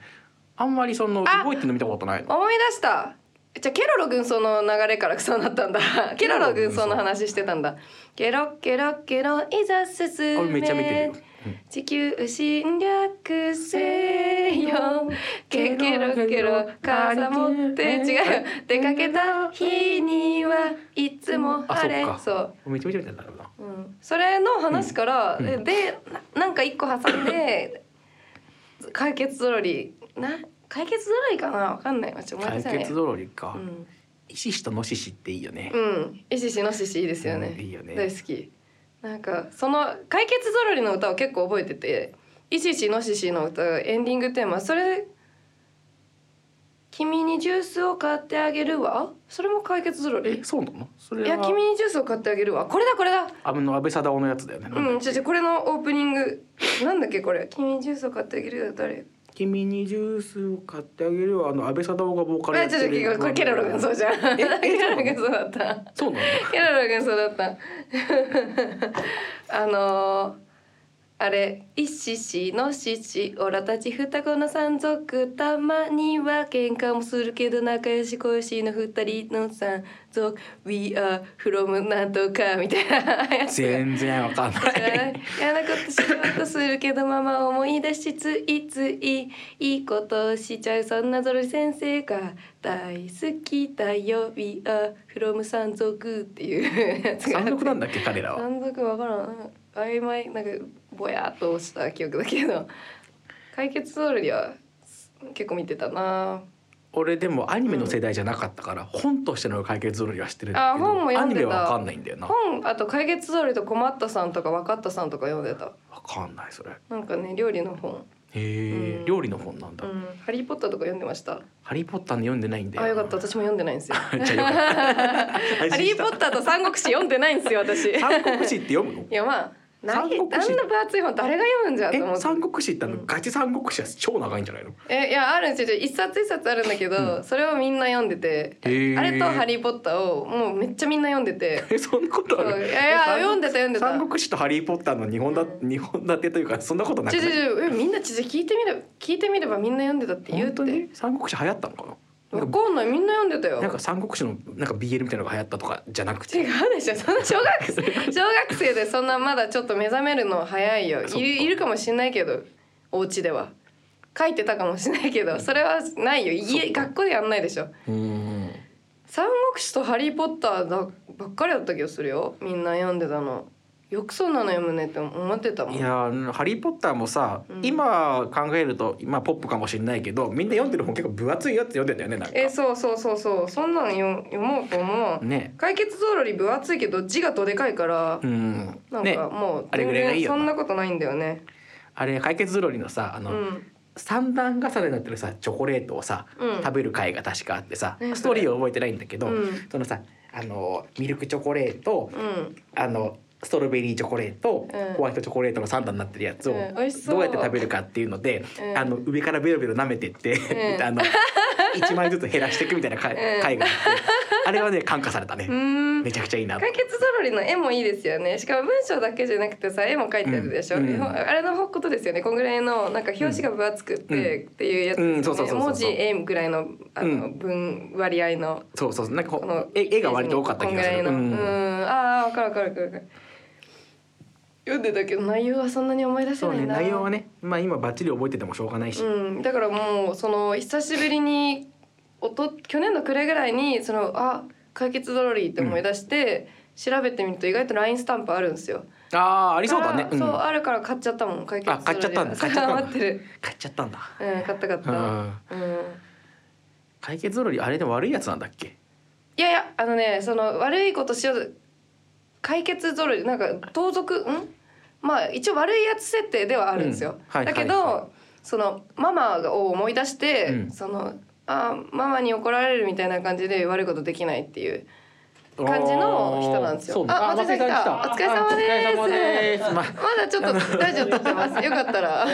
あんまりそのあ動いてるの見たことないの。思い出したじゃあケロロ軍曹の流れからそうなったんだ ケロロ軍曹の話してたんだケロケロケロいざ進あれめめっちゃ見てるよ。地球侵略せよケケロケロ傘持って違うよ出かけた日にはいつも晴れあそっかううんめちゃめちゃ見てるんだろうな。うんそれの話から、うんうんでななんか一個挟ん で解決ぞろりな解決ぞろりかなわかんないわちょっと思い解出せない決ぞろりかう。ん、石シとノシシっていいよねう。ん、イシシノシシいいですよね,、うんいいよね大好きなんかその解決ぞろりの歌を結構覚えててイシシノシシの歌エンディングテーマそれ君にジュースを買ってあげるわそれも解決ぞろえりそうなの？そいれやは君にジュースを買ってあげるわこれだこれだあの安倍貞夫のやつだよね。うん、じゃじゃこれのオープニングなんだっけこれ君ジュースを買ってあげるよ誰君にジュースを買ってあげるよあの安倍貞夫がボーカルやあっちょっとて違る。うこれケロロ軍曹じゃん ケえロロ軍曹だったそうなの？ケロロ軍曹だったあのーあれ「イシシのシシオラたち双子の三族たまには喧嘩もするけど仲良し恋しいの二人の三族 We are from なんとか」みたいなやつが全然わかん ない。山て賊なんだっけ彼らは。山賊わからん曖昧なんかぼやっとした記憶だけど解決ゾロリは結構見てたな俺でもアニメの世代じゃなかったから、本としての解決ゾロリは知ってるんあだけ本もど読アんニでたメはわかんないんだよなわ本あと解決ゾロリと困ったさんとか分かったさんとか読んでたかんないそれへなんかね料理の本え、うん料理の本なんだ、うんハリーポッターとか読んでましたハリーポッターの読んでないんだよあよかった私も読んでないんですよじゃあよかったハリーポッターと三国志読んでないんですよ私い三国志って読むのやまあな三いあ国んな志分厚い本誰が読むんじゃんと思えって三国志ってあの、うんガチ三国志は超長いんじゃないのえいやあるんですよ一冊一冊あるんだけど、それをみんな読んでてへーあれと「ハリー・ポッター」をもうめっちゃみんな読んでてえそんなことあそうるいやいやえ三読んでた読んでた三国志とハリーポッターの日本だ、う日本立てというかそんなことなくちなょちいょちょえみんなちょちょ聞いてみれば聞いてみればみんな読んでたって言う本っ当てに三国志流行ったのかななわんかかんないみんな読んでたよなんか三国志のなんか BL みたいなのが流行ったとかじゃなくて違うでしょそんな小学生小学生でそんなまだちょっと目覚めるの早いよそいっかるいるかもしんないけどお家では書いてたかもしんないけどそれはないよそ家っか学校でやんないでしょうん三国志とハリーポッターだばっかりだった気がするよ。みんな読んでたの。よくそんなの読むねって思ってたもん。いやーハリー・ポッター」もさ、うん今考えると今ポップかもしれないけどみんな読んでる本結構分厚いやつ読んでたよねなんかえ、そうそうそうそう。そんなの読読もうと思う。ね解決ゾロリ分厚いけど字がどでかいから、うんなんねかもうあれぐらいがいいよそんなことないんだよね。あれ解決ぞろりのさあうの、ん。三段重ねになってるさチョコレートをさ、うん食べる回が確かあってさ、ねストーリーは覚えてないんだけど、うんそのさあのミルクチョコレート、うん。あのストロベリーチョコレート、うんホワイトチョコレートの三段になってるやつをうん美味しそうどうやって食べるかっていうので、うんあの上からベロベロ舐めてって、うんあの一枚ずつ減らしていくみたいな回,、うん回があってあれはね感化されたね、うーんめ。ちゃくちゃいいなと解決ぞろりの絵もいいですよねしかも文章だけじゃなくてさ絵も描いてあるでしょ、うんうんあれのことですよねこんぐらいのなんか表紙が分厚くてっていうやつうんうんそうですそうよそうねそう文字絵ぐらいのあうの分割合のそうそうなんかこのこう絵絵が割と多かった気がする。こんぐらいのうんうん、ああ分かる分かる分かる分かる読んでたけど内容はそんなに思い出せそなういなね内容はね、まあ、今バッチリ覚えててもしょうがないし、うん、だからもうその久しぶりにおと去年の暮れぐらいにそのあ解決ドロリーって思い出して、調べてみると意外と LINE スタンプあるんですよ。ああありそうだねか、うらん、そう買あるから買っちゃったもん解決あ買っちゃったんだドロリー買っちゃったんだ待ってる。っちゃったんだうん買った買った。うんうん解決ぞろりあれでも悪いやつなんだっけいやいやあのねその悪いことしようと解決ゾロリなんか盗賊んまあ一応悪いやつ設定ではあるんですよ、うんはいだけど、はいはそのママを思い出して、うんそのあママに怒られるみたいな感じで悪いことできないっていう感じの人なんですよそうねああ松松井井さんさん来来たたお疲れ様ですお疲れ様ですままだちょっとラジオ撮ってますよかっ たら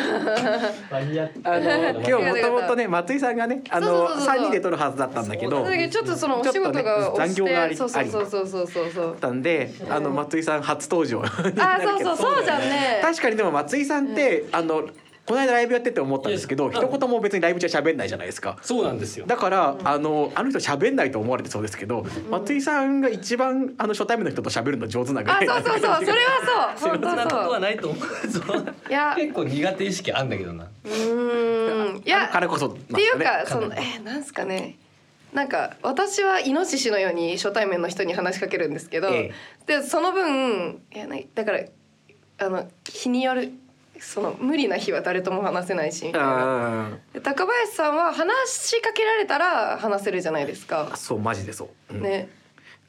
間に合ってあの間に合今っ日もともとね松井さんがねあそうのそうそうそう三人で撮るはずだったんだけどだけどちょっとそのおち仕事ょっがとね押し残て、業がありそうそうそうそうそうそうそうだったんであの松井さん初登場に なあるそうけそどうそうじゃんね確かにでも松井さんってあのこの間ライブやってて思ったんですけどうん一言も別にライブ中は喋んないじゃないですかそうなんですよ。だから、あのあの人喋んないと思われてそうですけど、松井さんが一番あの初対面の人と喋るの上手なぐあらいそうそうそうそれは そう本そん当なことそはうないと思うぞ。いや結構苦手意識あんだけどな。うーんいだやからこそなんっていうねかそのえなんすかねなんか私はイノシシのように初対面の人に話しかけるんですけど、えでその分いやなだからあの日によるその無理な日は誰とも話せないしみたいなあで高林さんは話しかけられたら話せるじゃないですーか。そうマジでそう、うんね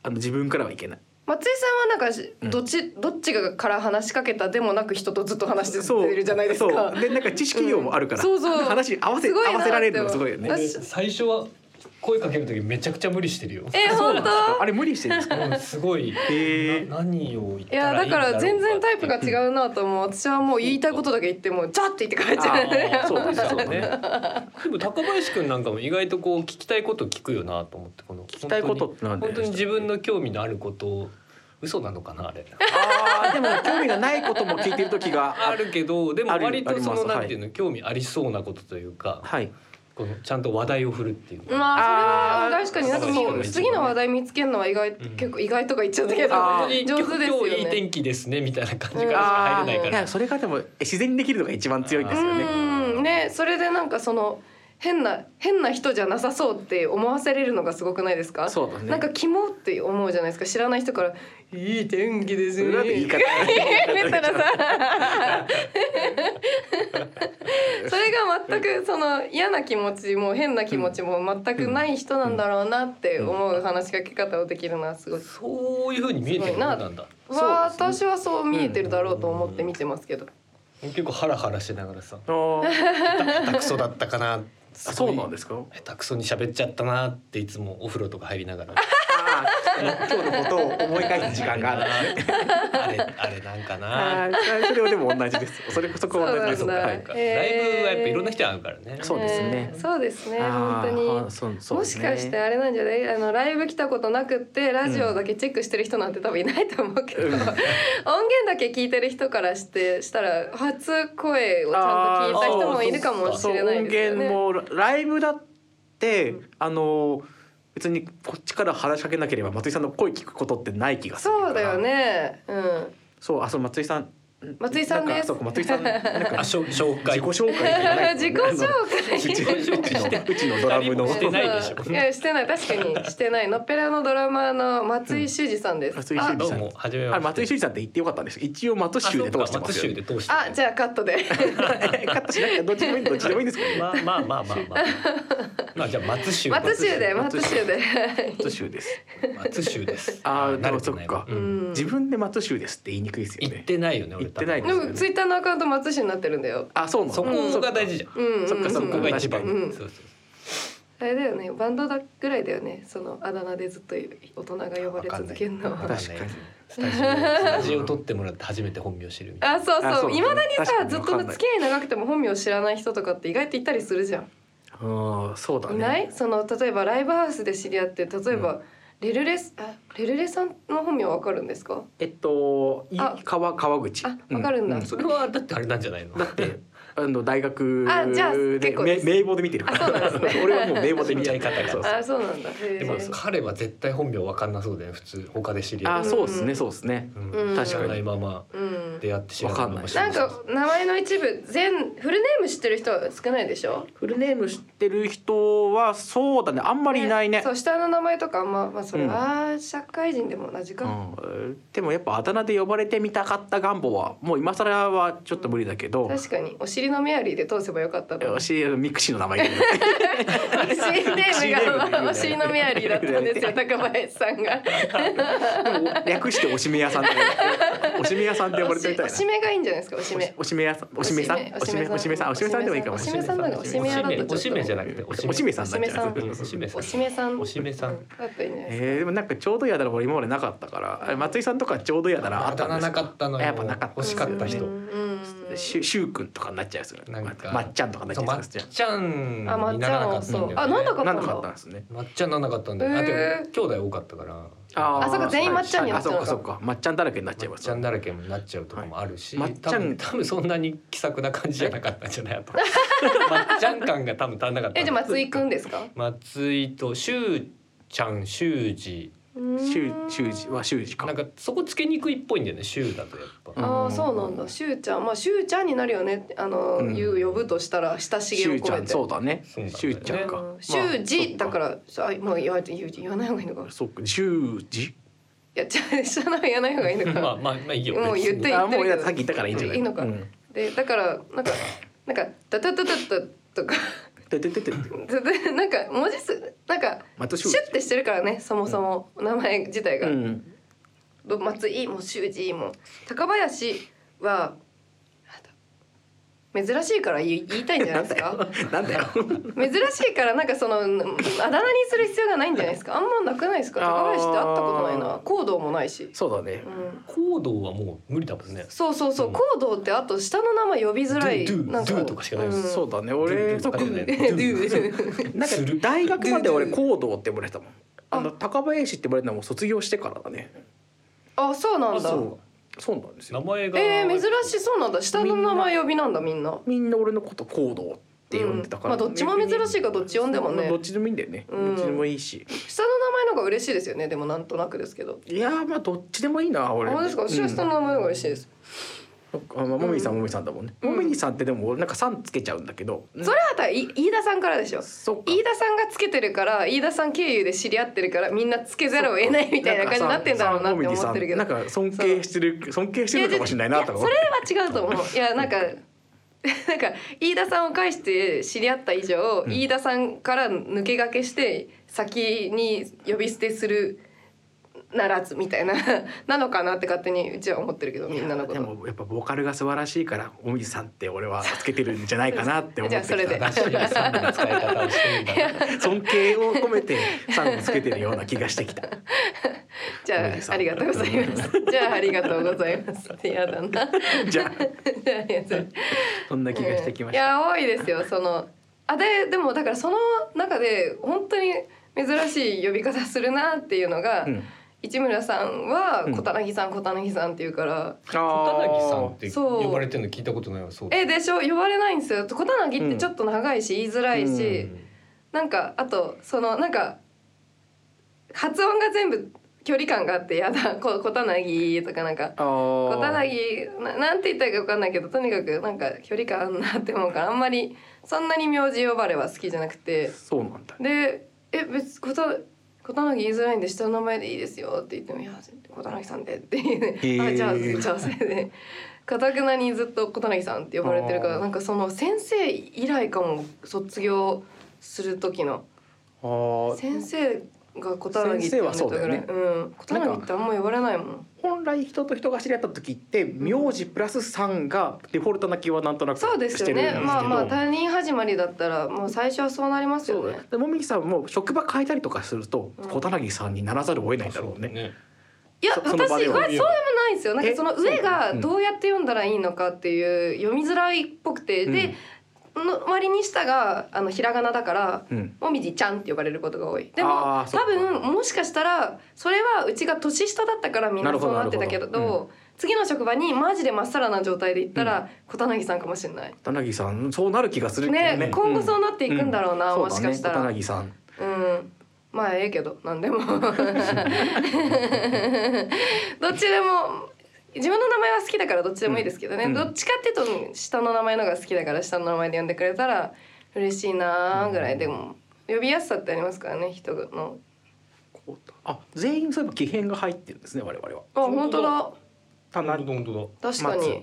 あの自分からはいけない松井さんはなんかしうんどっち、どっちがから話しかけたでもなく人とずっと話してそうるじゃないですかそう。でなんか知識量もあるから、うんそうそう話合わせすごいな合ってわせられるのがすごいよね私最初は声かけるときめちゃくちゃ無理してるよ。えそう本なんですか当あれ無理してるんですかうんすごい。へーな何を言っいたやらだいいんかだろうら全然タイプが違うなと思う私はもう言いたいことだけ言ってもうジャって言って帰っちゃうねあーそうだねそうだねでも高林くんなんかも意外とこう聞きたいこと聞くよなと思ってこの聞きたいことってなんで本当に自分の興味のあることを嘘なの かなあれあーでも興味がないことも聞いてる時がああるるけどでもある割とそあのりますなんていうの興味ありそうなことというかはいこのちゃんと話題を振るっていう のまあそれあーは確かになんかもう次の話題見つけるのは意外、結構意外とか言っちゃったけどあ上ー手ですよ今日いいね。天気ですねみたいな感じからしあかあ入れないーかやらそれがでも自然にできるのが一番強いんでうすよねんねそれでなんかその変な変な人じゃなさそうって思わせれるのがすごくないですか？そうだねなんかキモって思うじゃないですか知らない人から「いい天気ですそれだって言いね」方 言ったらさそれが全くその嫌な気持ちも変な気持ちも全くない人なんだろうなって思う話しかけ方をできるのはすごい。そういう風に見えてるもんなんだわあ私はそう見えてるだろうと思って見てますけど。結構ハラハラしながらさあー下手くそだったかなあそうなんですか下手くそに喋っちゃったなっていつもお風呂とか入りながらあー今日のことを思い返す時間があるあれあれなんかなあーそれはでも同じですそれそこは同じですそうなんだはいライブはへーやっぱいろんな人会うからねそうですねえーそうですね。あ本ー当あに。そうそうもですしねかしてあれなんじゃないあのライブ来たことなくってラジオだけチェックしてる人なんて多分いないと思うけど、うん音源だけ聞いてる人からしてしたら初声をちゃんと聞いた人もいるかもしそうれない音ですよね。源もライブだって、あの別にこっちから話しかけなければ松井さんの声聞くことってない気がする そうだよね。うん。そうあそう松井さん松井さんなですかそうか松井さんなんかあしょ紹自介己紹介自己紹介うちのうちのドラムの二人もしてないでし ょそういやしてない確かにしてないのっぺらのドラマーの松井修二さんです、松井修二どうも初めあれ松井修二さんって言ってよかったんです一応松修で通してますよ、ね、で通してああじゃゃあカットで カットしなきゃどっちでもいいどっちでもいいんですけどね まあまあまあまあまあまあじゃあ松州松修で松松修で松修です松州ですあー慣れてそなっいかわうんうん自分で松修ですって言いにくいですよ言っねてないよね俺言ってないでもツイッターのアカウント松修になってるんだよあそうなの そこが大事じゃんうんうん、うん、そっかそそっこが一番うんうんそうそうあれだよねバンドだぐらいだよねそのあだ名でずっと大人が呼ばれ続けるのはわかんない確かにスタジオスタジオ撮ってもらって初めて本名知るみたいあそうあそそうういまだに確かさにずっわとかんない付き合い長くても本名知らない人とかって意外といたりするじゃんうんそうだねいないその例えばライブハウスで知り合って例えば、レルレスあレルレさんの本名わかるんですかえっといあ川川口あわかるんだうなうそれはだってあれなんじゃないのだってあの大学あじゃあで結構めです名簿で見てるからあそうなんです ね俺はもう名簿で見ちゃう知り合い方がそうそうあそうなんだへでもー彼は絶対本名わかんなそうだよね普通他で知り合あうそうですうんねそうですねうんうん確知からにないままうん出会って知らないまま知なんるか名前の一部全フルネーム知ってる人は少ないでしょフルネーム知ってる人はそうだねあんまりいないねそう下の名前とかあんままあそれうんは、社会人でも同じか、うん、でもやっぱあだ名で呼ばれてみたかった願望はもう今更はちょっと無理だけど確かにお尻のメアリーで通せばよかったの教えミクシーの名前で新ネームがお尻のメアリーだったんですよ高林さ んが略しておしめ屋 さんでおしめ屋さんで呼ばおれてみしたいおなしめがいいんじゃないですかおしめおしめ屋さんおしめさんおしめおしめさんおしめさんでもいいかもしれないおしめさんの方がおしめ屋だとちょっとおしめじゃなくておしめおしめさんになっちゃうおしめおしめさんおしめさんおしめさんだったらいいんじゃないですかえー、でもなんかちょうどやだな俺今までなかったからあれ松井さんとかちょうどやだなああっだたん名ですなかったのよやっぱなかった欲しかったう人んうんしゅしゅうくんとかになっちゃいますよねなんかまっちゃんとかになっそちゃいうままっすよねちゃんにあなまらっなちゃんかはったんだそようねあなんなかったなんんなかったんだですねまっちゃんならなかったんだよ、あでもへー兄弟多かったからーあそうか全員まっちゃんになっちゃうあのそうかかそうかまっちゃんだらけになっちゃいままっすちゃんだらけになっちゃうとこもあるし、はいまっちゃん多分多分そんなに気さくな感じじゃなかったんじゃな いかとまっちゃん感が多分足んなかったえじゃあ松井くんですか松井としゅうちゃんしゅうじしゅうしゅうじはしゅうじかなんかそこつけにくいっぽいんだよねしゅうだとやっぱ、ああそうなんだしゅうちゃんまあしゅうちゃんになるよねあのうん言う呼ぶとしたら親ししげをゅうち込ゃめんてそうだねそうなんだよねしゅうちゃんかうんしゅうじだからあもう言わ言う言わない方がいいのかいそうかしゅうじやじゃ あ下の名前言わない方がいいのかまあまあまあいいよもう言ってあもう俺らさっき言ったからいいんじゃないいいのかうんでだからなんかなんかダダダダダとか ででででダダなんか文字数なんかまたしシゅうュッてしてるからねそもそも名前自体うが、んど松井も修二も高林はあ珍しいから言い言いたいんじゃないです かなんだよ珍しいからなんかそのあだ名にする必要がないんじゃない ですかあんまなくないですか高林って会ったことないな行動もないし、そうだねうん、行動はもう無理だもんねそうそうそう、うん行動ってあと下の名前呼びづらいドゥドゥなんかドゥとかしかないですうんそうだねドゥ俺ドゥとかじゃないド ゥなんかする大学まで俺ドゥ行動って呼ばれてたもんあのあ高林って呼ばれたのはもう卒業してからだねあそうなんだそうそうなんです名よ前がえー、珍しいそうなんだ下の名前呼びなんだみんなみんな俺のこと行動って呼んでたから、うんまあどっちも珍しいからどっち呼んでもねどっちでもいいんだよね、うんどっちでもいいし下の名前の方が嬉しいですよねでもなんとなくですけどいやーまあどっちでもいいなあ俺本当ですかうん私は下の名前の方が嬉しいです、あまあもみじさんもみじさんだもんね、うんもみじさんってでも俺なんかさんつけちゃうんだけど、それはたい飯田さんからでしょそっか飯田さんがつけてるから飯田さん経由で知り合ってるからみんなつけざるを得ないみたいな感じになってんだろうなって思ってるけどなんかさんもみじさんなんか尊敬してる尊敬してるのかもしれないなとかいやそれは違うと思ういやなんか なんか飯田さんを介して知り合った以上、ん飯田さんから抜け駆けして先に呼び捨てするならずみたいな なのかなって勝手にうちは思ってるけどみんなのこでともやっぱボーカルが素晴らしいからもみじさんって俺はつけてるんじゃないかなって思ってきた じゃあそれで正しいですそんな使い方をしてるんだな尊敬を込めてさんをつけてるような気がしてきた。 じゃおじあさんありがとうござい ますじゃあありがとうございますってやだなじじゃゃああありがとうございますそんな気がしてきまいした。や多いですよそのあででもだからその中で本当に珍しい呼び方するなっていうのが、うん市村さんはうん小柳さん、小柳さんって言うから小柳さんっあてそう呼ばれてるの聞いたことないわそうだえでしょ呼ばれないんですよ小柳ってちょっと長いし、言いづらいし、うんなんかあとそのなんか発音が全部距離感があってやだ こ小柳とかなんかあー小柳ななんて言ったらいいか分かんないけどとにかくなんか距離感あんなって思うからあんまりそんなに名字呼ばれは好きじゃなくてそうなんだで「え別小た小柳言いづらいんで下の名前でいいですよ」って言っても「いや小柳さんで」って言ってへ「ーあじゃあじゃあそれで」かたくなにずっと小柳さんって呼ばれてるかあらーなんかその先生以来かも卒業する時のあー先生が小柳って先生呼はんそでうだよたぐねらい、うん、小柳ってあんま呼ばれないもん。本来人と人が知り合った時って名字プラス3がデフォルトな気はなんとなくそうですしよてるんですけ。ねどまあまあ他人始まりだったらもう最初はそうなりますそようねね。でもみじさんも職場変えたりとかするとうん小柳さんにならざるを得ないだろうね。いやそ私その場これでそはうでもないんですよ。なんえかその上そうがうんどうやって読んだらいいのかっていう読みづらいっぽくて、での割に下があのひらがなだから。うん、うんもみじちゃんって呼ばれることが多いであもーそっ多か分もしかしたらそれはうちが年下だったからみんななるほそどうなってたけどなるほど次の職場にマジでまっさらな状態で行ったら小柳さんかもしれない、小柳さんそうなる気がするけどねね。今後そうななっていくんだろうな、もしかしたら小。柳さん。うん、まあええけど何でもどっちでも自分の名前は好きだからどっちでもいいですけどね、うんどっちかっていうと下の名前のが好きだから下の名前で呼んでくれたら嬉しいなーぐらい、でも呼びやすさってありますからね人のあ全員そういえば奇変が入ってるんですね我々は。あ本当だたな本当だ本当確かにだ。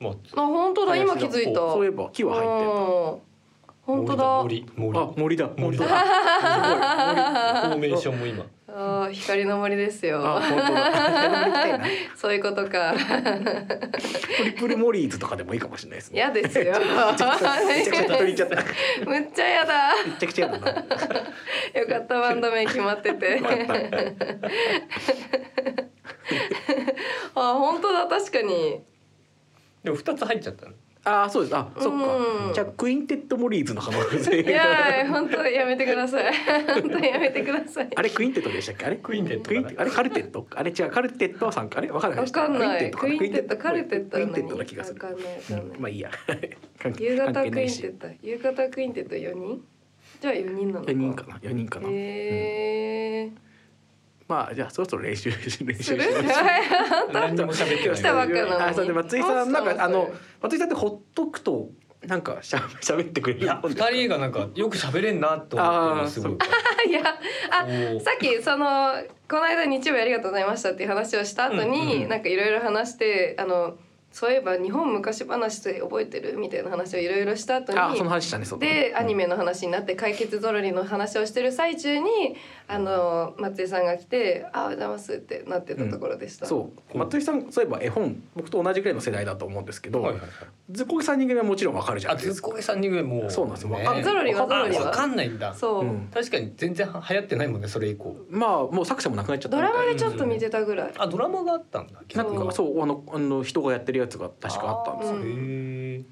まああ本当だ今気づいたそういえば木は入ってる。うん本当だ森森あ森だ森森だだ。フォーメーションも今。あー光の森ですあ本よ当だ。 そういうことかトリプルモリーズとかでもいいかもしれないですね。嫌ですめよちゃくちゃ取り入っちゃった。むっちゃやだめちゃくちゃやだな。よかったバンド名決まってて あ本当だ確かにでも二つ入っちゃったね。ああそうです。あそっうか。んじゃあクインテッドモリーズの可能性いやー本当やめてください本当やめてください あれクインテッドでしたっけあれクインテッドかなあれカルテットあれ違うカルテットは参加あれわからないわかんないクインテッドかカなルテッドクはイン何テッドな気がするわかんないわかんうんまなあいいいや 関係夕関係方クなイいンテしッド夕方クインテッド4人じゃあ4人なのか4人かな四人かなへえまあじゃあそろそろ練習 し練習ー、しすまるしょう何にも喋ってない。来たばっかなのにあそうで松井さんなんあそうかあのそう松井さんってほっとくとなんかしゃ 喋ってくれるいやもんですか二人がなんかよく喋れんなと思ってるのすごい。いやあおーさっきそのこの間日曜日ありがとうございましたっていう話をした後に、うんうんうんなんかいろいろ話してあのそういえば日本昔話で覚えてるみたいな話をいろいろした後あそのに話したねそうだねでアニメの話になって解決ぞろりの話をしてる最中にあの松井さんが来て「あおはようございます」ってなってたところでした。そう松井さんそういえば絵本僕と同じぐらいの世代だと思うんですけど、はいはいはい。ずっこけ三人組はもちろんわかるじゃあないでずすっか。こけ三人組もう。そうなんですよねわかんゾロリはゾロリあはわかんないんだ。そううん確かに全然流行ってないもんねそれ以降。まあもう作者もなくなっちゃったドみたいラなマでちょっと見てたぐらい。あドラマがあったんだ。なそんうかそうあのあの人がやってるやつが確かあったんですよ。あーへえ。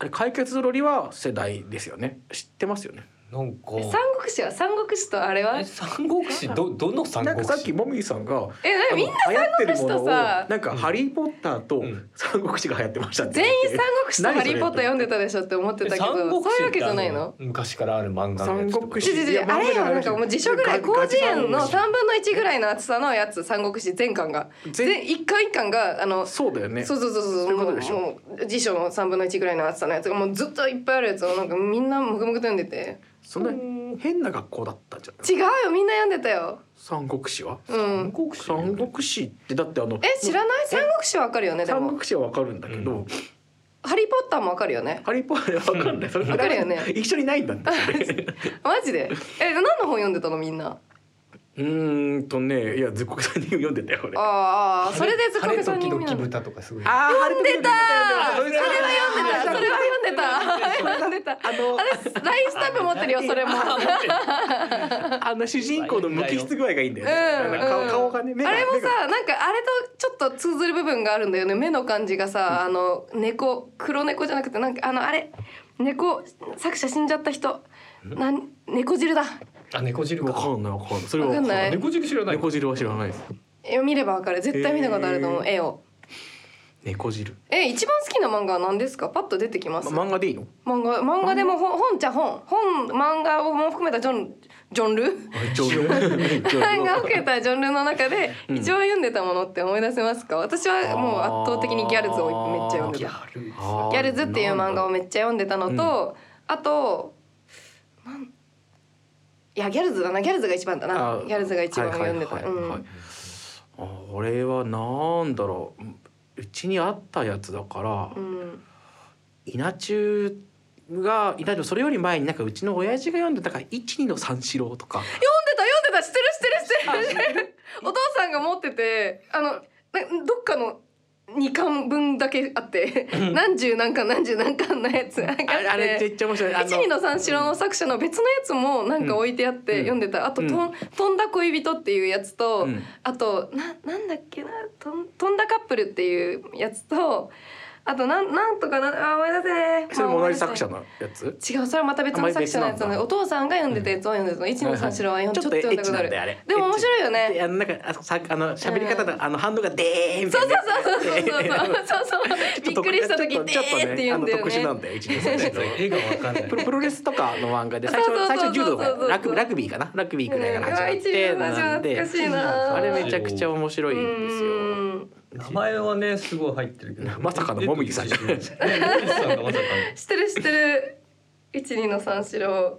あれ解決ぞろりは世代ですよね。知ってますよね。なんか。え三国志は三国志とあれはえ三国志どどの三なん国か志さっきもみじさんがえなあにのみんな流行ってるも三国志のとをさなんかハリーポッターとうん三国志が流行ってましたって言っ全員て三国志とハリーポッター読んでたでしょって思ってたけど、そういうわけじゃないの。昔からある漫画のや三つ国ち志ょちょちょあれよなんかもう辞書ぐらいガ広辞苑ガのチ三三分の一ぐらいの厚さのやつ三国志全巻が全全一巻一巻があのそうだよね。そうそうそうそうそいううこもとうでしょもう辞書の三分の一ぐらいの厚さのやつがもうずっといっぱいあるやつをなんかみんなもぐもぐと読んでてそんな変な学校だったじゃん。違うよみんな読んでたよ三国志は？うん国志三国志ってだってあのえ知らない三国志わかるよねで三も国志はわかるんだけど、うハリーポッターもわかるよねハリーポッターはわかんない。それわかるよね一緒にないんだって。マジでえ何の本読んでたのみんなうーんとね、いや、ずっこけさんに読んでたよ、俺。ああーそれでずっこけさんに晴見れな時の々豚とかすごいあー、読んでたハリーポッター読んでたそれは読んでた。それは読んでた。 あれラインスタンプ持ってるよ、それも。あ待ってあの、あの主人公の無機質具合がいいんだよね。うんあの顔顔がね、目が。あれも目がさ、なんかあれとちょっと通ずる部分があるんだよね。目の感じがさ、あの猫、黒猫じゃなくて、なんかあのあれ。猫、作者死んじゃった人。なん、猫汁だ。あ猫汁わかかんない、わかんない。それはわわかんない猫汁知らない猫汁は知らないです。え、見ればわかる。絶対見たことあると思う、へー絵を。猫汁。え、一番好きな漫画は何ですか。パッと出てきま。ます漫画でいいの。漫画、漫画でも本、本じゃ本、本、漫画をも含めたジョン。ジョンルジョン ジョンが受けたジョンルの中でうん一番読んでたものって思い出せますか私はもう圧倒的にギャルズをめっちゃ読んでギたャルズあーギャルズっていう漫画をめっちゃ読んでたのと、あとなんいやギャルズだなギャルズが一番だあなーギャルズが一番読んでたはいはいはいはいうんあ俺はなんだろううちにあったやつだから、うん稲中が稲中それより前になんかうちの親父が読んでたから一二の三四郎とか読んでた読んでた知ってる知ってる知ってる お父さんが持っててあのなどっかの2巻分だけあって何十何巻何十何巻のやつああれあれめっちゃ面白いあ一二の三四郎の作者の別のやつもなんか置いてあっうんて読んでた、あとうんとん「飛んだ恋人」っていうやつと、うんあとななんだっけな「とん飛んだカップル」っていうやつとあとなんなんとかなあ思い出せねそれまあも思同いじ出せ作者のやつ違うそれはまた別の作者のやつなあまあ別なのでんだお父さんが読んでたやつを読んでたの一二の三四郎は読んちちょょっっととエ読ッんだチことなあんるだよあれでも面白いよねエッチであのなんかあさあの喋り方のあの反応がでーんみそたういなやつそうそうそうそうそうそうびっくりした時ちょっとちょっとでーって言うんだあのよ特殊なねんだよ一二の三四郎絵がわかんないプロプロレスとかの漫画で最初そうそうそ最うそう初柔道がラグラグビーかなラグビーぐらいから始まっうてんうわ一なん二の三四郎で懐かしいなあれめちゃくちゃ面白いんですよ。うん名前はねすごい入ってるけど まさかのもみじさんねもみじさんがまさか知ってる知ってる一二の三四郎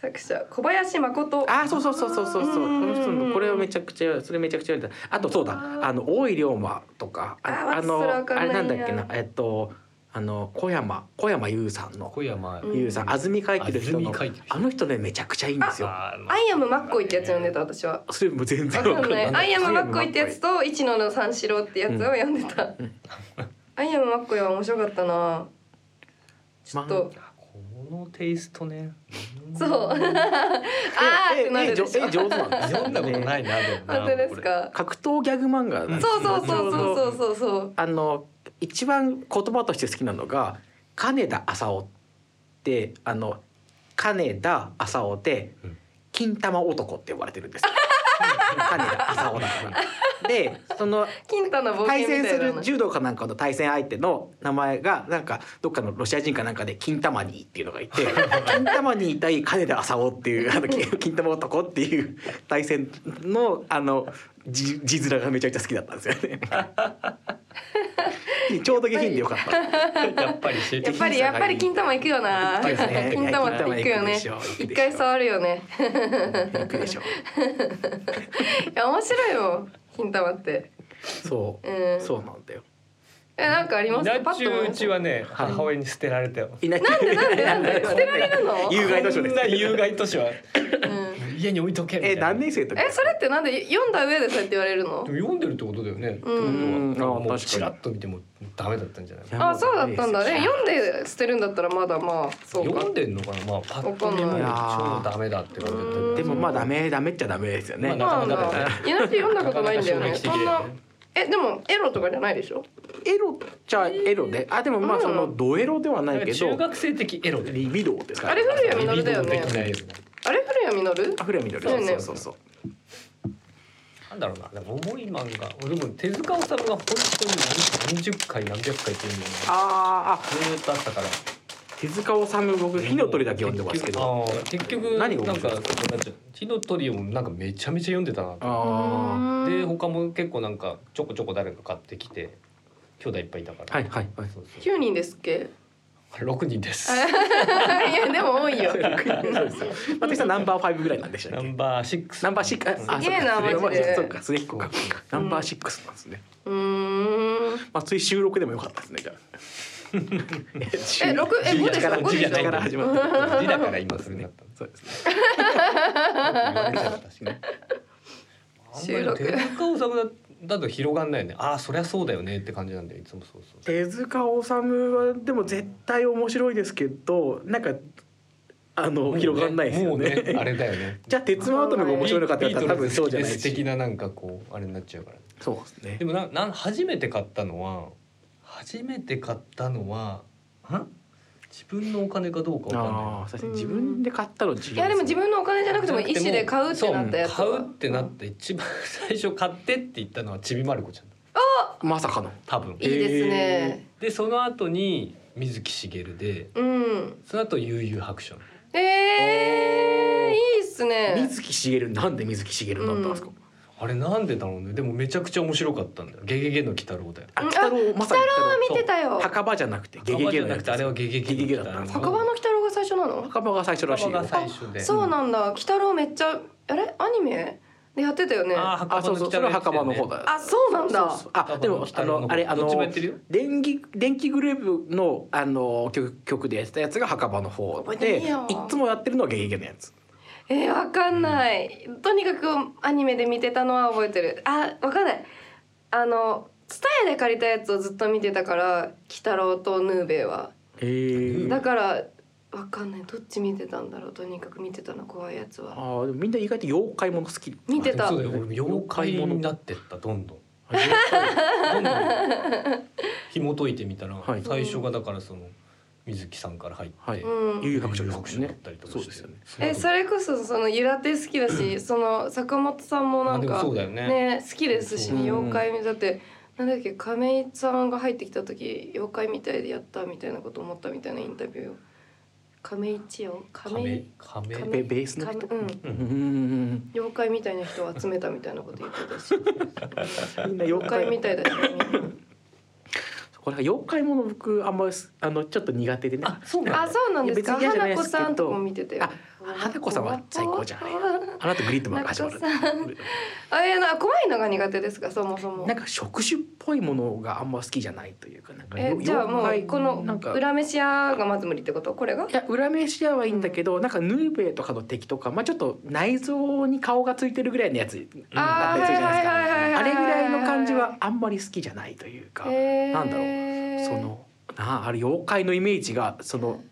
作者小林誠あーそうそうそうそうそうそううんうんうこのん人のこれはめちゃくちゃそれめちゃくちゃ読んでたあとそうだあの大井龍馬とかあーああ私それわのかんあないれなやんだっけなえっとあの小山小山優さんのの小山うん優さん安住書いてる人の安住書いてる人あの人ねめちゃくちゃいいんですよ。アイアムマッコイってやつ読んでた私は。それも全わ然わかかんんな。ないい。アイアムマッコイってやつと一野の三四郎ってやつを読んでたうん。アイアムマッコイは面白かったな。ちょっと、このテイストねそう。あーってなるでしょええ。上手なんですよ読んだことないなでもな本当ですか。格闘ギャグ漫画なんですそようそうそうそうそうそう。あの一番言葉として好きなのが金田浅尾ってあの金田浅尾でうん金玉男って呼ばれてるんです よ。金田浅尾だから。でその金太の冒対険み戦たすいなる の。柔道かなんかの対戦相手の名前がなんかどっかのロシア人かなんかで金玉にっていうのがい て金玉に対金田浅尾っていうあの金金玉男っていう対戦のあの字字面がめちゃくちゃ好きだったんですよ ね。ちょうど下品でよかった。やっぱり知やっぱりやっぱり金玉行くよな。行きますね 金玉って行くよね金玉行くでし。ょ一回触るよね。行くでしょいや面白いよ金玉って。そう、うんそうなんだよ。えなんかありますか。パッ稲と思中いうまちす。はね母親に捨てられたよいないなんでなんでなんで捨てられるの？有害図書でこすんな。有害図書はうん家に置いとけみたいえな何年生の時？えそれってなんで読んだ上でそうやって言われるので？も読んでるってことだよね。ってことうんはああ確もかうにちらっと見てもダメだったんじゃないい。やあそうだったんだね。読んで捨てるんだったらまだまあそうか読。んでんのかな、まあ、パッと見わもかんなうい超ダメだってことだったよねでもまあダメダメっちゃダメですよね。ままああまあ。いなき読んだことないんだよ ね。なかなか衝そ撃的んなだよねえでもエロとかじゃないでしょ？エロっちゃエロで、あでもまあそうんのドエロではなないんかけ中ど、学生的エロで。リビドーですかあれら。古谷実だよリビドーできないね。よねあれ古谷実？アフレミドル。そそううねそうそうそう。なんだろうな、でも重い漫画。俺も手塚治虫が本当に何何十回何百回っていうのがあーあずーっとあったから。手塚治虫僕火の鳥だけ読んでますけど。あー。結局何がなん面か白い火の鳥もなんかめちゃめちゃ読んでたな。あうでーん他も結構なんかちょこちょこ誰か買ってきて兄弟いっぱいいたかあら。はいはいはい。そうそう。九人ですっけ？ 六人です。いやでも多い よ。そうですよ。私はナンバーファイブぐらいなんでしたナっけ。ンバーシックス。ナンバーシックス。あすげえなそうかマジでそうか末っ子か。ナンバーシックスなんですね。うーん。まあつい収録でもよかったですねじゃあ。え六え五でしょ？五でし11ょか？ら始まった。字だから今すぐなった。 そうですね。収録手塚治虫だだと広がんないよねああそりゃそうだよねって感じなんだよいつもそうそう手塚治虫はでも絶対面白いですけどなんかあの、もうね広がんないですよねもうあれだよね じゃあ鉄腕アトムが面白いのかって言ったら多分そうじゃないビートルズし的ななんかこうあれになっちゃうからそうですねでもななん初めて買ったのは初めて買ったのはん自分のお金かどうかわかんないああ最初自分で買ったの自由いやでも自分のお金じゃなくても意思で買うってなったやつ買はうってなった一番最初買ってって言ったのはちびまる子ちゃんだまさかの多分いいですね、でその後に水木しげるでうんその後悠々白書えええいいっすね。水木しげるなんで水木しげるになったんですかう。あれなんでだろうねでもめちゃくちゃ面白かったんだよ「ゲゲゲの鬼太郎」だよあ、鬼太郎まさに鬼あ見太郎。てたよ。墓場じゃなくてゲゲゲのやつあれはゲゲゲゲゲゲだったんです墓場の鬼太郎が最初なの？墓場が最初らしいよ。墓場が最初でそうなんだ。鬼太郎めっちゃあれアニメでやってたよね。あーああ、そうそう、それは墓場の方だだ。そうなんだ。そうそうあ、でも、あの、あれ、あどっちもやのってるよ。電気、電気グループの、あの、曲、曲でやってたやつが墓場の方覚えで。ていねえよつもやってるのはゲゲゲのやつ。えー、わかんない。とにかくアニメで見てたのは覚えてる。あ、わかんない。あの、ツタヤで借りたやつをずっと見てたから、鬼太郎とヌーベイは。へだから、わかんない。どっち見てたんだろう。とにかく見てたの、怖いやつは。ああ、でもみんな意外と妖怪もの好き。見てたそうだよ俺も妖怪になってったどんどんあ妖どんどん紐解いてみたら、はい最初がだからその水木さんから入って、はいうん幽遊白書遊で白す書もんだっねたりと。かそしうてですよね。え、それこそ、そのゆらて好き だし、その坂本さんもなあんでもか。そうだよねね、好きですし、うん妖怪見だって。なんだっけ亀井さんが入ってきた時妖怪みたいでやったみたいなこと思ったみたいなインタビューを亀井千代亀井亀亀ベベースの亀人。うんうんうん妖怪みたいな人を集めたみたいなこと言って たしうん。みんな妖妖怪み怪。たいだし、ね、これ妖怪もの、僕、あんまりす、あの、ちょっと苦手でね。あそうなんだあそうなんですかいや別に嫌じゃない花で子すけどさんとかも見てたよあ花子さんは最高じゃないあなたグリッドマンが始まる。中あいやな怖いのが苦手ですかそもそもなんか職種っぽいものがあんま好きじゃないというかなんかえよじゃあも妖怪うこなんのか裏飯屋がまず無理ってことこれがいや裏飯屋はいいんだけど、なんかヌーベイとかの敵とか、まあ、ちょっと内臓に顔がついてるぐらいのやつだったりするじゃないですかあれぐらいの感じはあんまり好きじゃないというか、なんだろろそのなああれ妖怪のイメージがその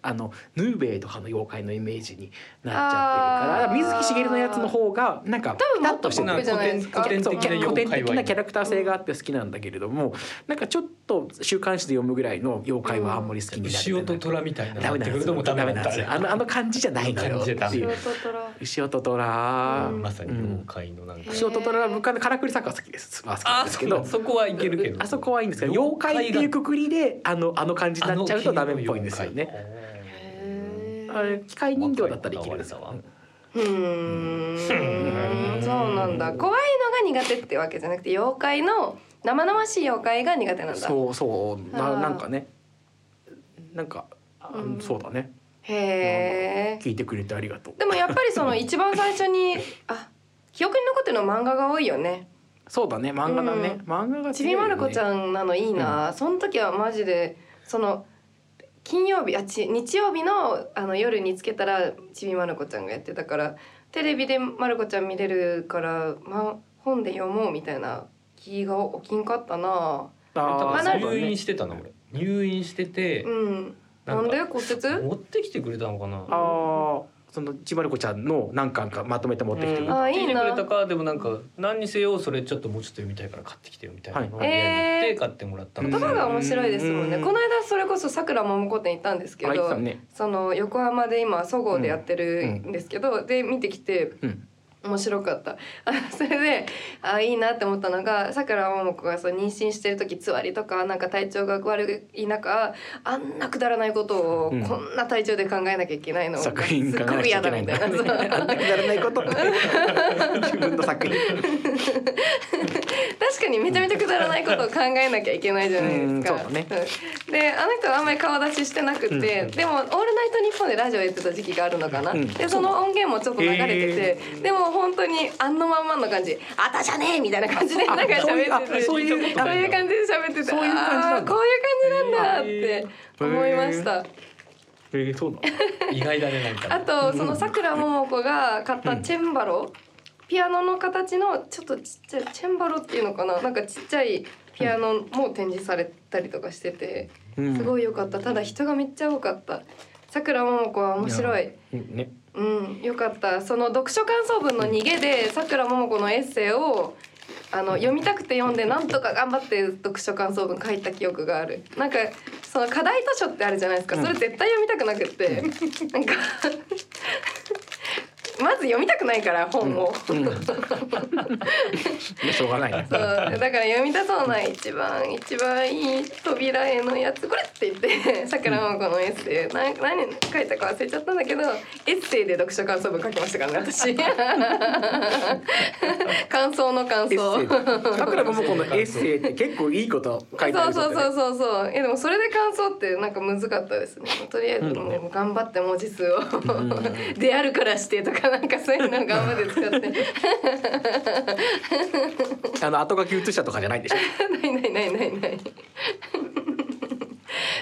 あのヌーベイとかの妖怪のイメージになっちゃってるからあー水木しげるのやつの方がなんか多分もっとピタッしてるポップじゃないですか古典そう的な古妖典怪的はなキャラクター性があって好きなんだけれどもなんかちょっと週刊誌で読むぐらいの妖怪はあんまり好きになって牛ない尾と虎みたいなダメなんくでるすのもよダダメメなんだったですよあのあの感じじゃないのよってあの感じいじゃうダ素人ら牛尾と虎うんまさに妖怪のなんか、うん牛尾と虎は僕はからくりサッカー好きですまあ好きなんですけどそこはいけるけどあそこはいいんですけど妖怪っていうくくりであのあの感じになっちゃうとダメっぽいんですよねへーあれ機械人形だったらいけるんですよ若いう ーんそうなんだ怖いのが苦手ってわけじゃなくて妖怪の生々しい妖怪が苦手なんだそうそうあなーなんかねなんかあうんそうだねへえ聞いてくれてありがとうでもやっぱりその一番最初にあ記憶に残ってるのは漫画が多いよねそうだね漫画だね漫画がちびまる子ちんゃんなのいいな、その時はマジでその金曜日あち日曜日のあの夜につけたらちびまる子ちゃんがやってたからテレビでまる子ちゃん見れるから、ま、本で読もうみたいな気が起きんかったなあまーあなそうんかだ入ね院してたの俺入院しててうんなんで骨折持ってきてくれたのかなあーそのちびまる子ちゃんの何巻かまとめて持ってきてくれうんたあー持ってきいいてくなれたかでもなんか何にせよそれちょっともうちょっと読みたいから買ってきてよみたいなのをはいやってえー買ってもらった言葉が面白いですもんね、うんこの間それこそさくらももこ店行ったんですけあ言ってたど、ねその横浜で今そごうでやってるんですけど、で見てきてうん面白かったあそれであいいなって思ったのがさくらももこがそう妊娠してる時つわりとかなんか体調が悪い中あんなくだらないことをうんこんな体調で考えなきゃいけないの、作品す考っえなごくきゃ嫌いけだないんみただいな。そうねあんなくだらないこと自分の 作品確かにめちゃめちゃくだらないことを考えなきゃいけないじゃないですか。うんそうだねうんであの人はあんまり顔出ししてなくて、うんでも「オールナイトニッポン」でラジオやってた時期があるのかな、うんでその音源もちょっと流れてて、でも本当にあのまんまの感じ「あたじゃねえ!」みたいな感じであなんか喋っててそういうあそういう感じで喋っててそういう感じなんだあーこういう感じなんだって思いました。えーそうなの意外だねなんかあとそのさくらももこが買ったチェンバロ、ピアノの形のちょっとちっちゃいチェンバロっていうのかななんかちっちゃいピアノも展示されたりとかしててうんすごい良かったただ人がめっちゃ多かったさくらももこは面白いうんねうん良かったその読書感想文の逃げでさくらももこのエッセイをあの読みたくて読んでなんとか頑張って読書感想文書いた記憶があるなんかその課題図書ってあるじゃないですか、うんそれ絶対読みたくなくって、なん かまず読みたくないから本を、うんいやしょうがないねそうだから読みたそうな一番一番いい扉絵のやつこれって言ってさくらもこのエッセイな何書いたか忘れちゃったんだけどエッセイで読書感想文書きましたからね 私感想の感エッセ想イ桜桃子のエッセイって結構いいこと書いてあるそううそうそうそうそうえでもそれで感想ってなんか難かったですねとりあえずうんもう頑張って文字数をん うん「であるからして」とかなんかそういうのを頑張って使ってあの後書き写したとかじゃないでしょないないないないない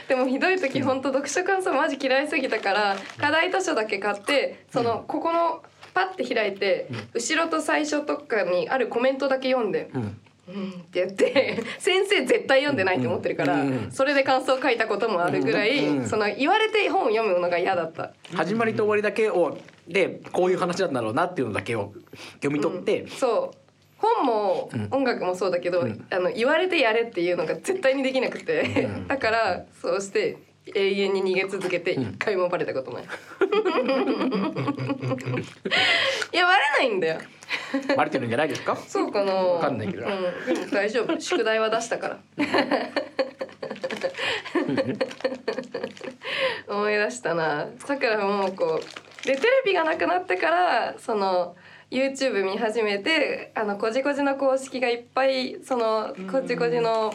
でもひどい時本当読書感想マジ嫌いすぎたから課題図書だけ買ってそのここのパッて開いて後ろと最初とかにあるコメントだけ読んでうんうんってやって 先生絶対読んでないと思ってるから、うんそれで感想書いたこともあるぐらい、うんその言われて本を読むのが嫌だった。始まりと終わりだけをでこういう話なんだろうなっていうのだけを読み取って、うんそう本もうん音楽もそうだけど、うんあの言われてやれっていうのが絶対にできなくて、うんだからそうして永遠に逃げ続けてうん一回もバレたこ とない。いやバレないんだよ。バレてるんじゃないですかそうかな。わかんないけどうん、でも大丈夫。宿題は出したから。思い出したな。さくらももこ。で、テレビがなくなってから、その。YouTube 見始めてあのこじこじの公式がいっぱいそのこじこじの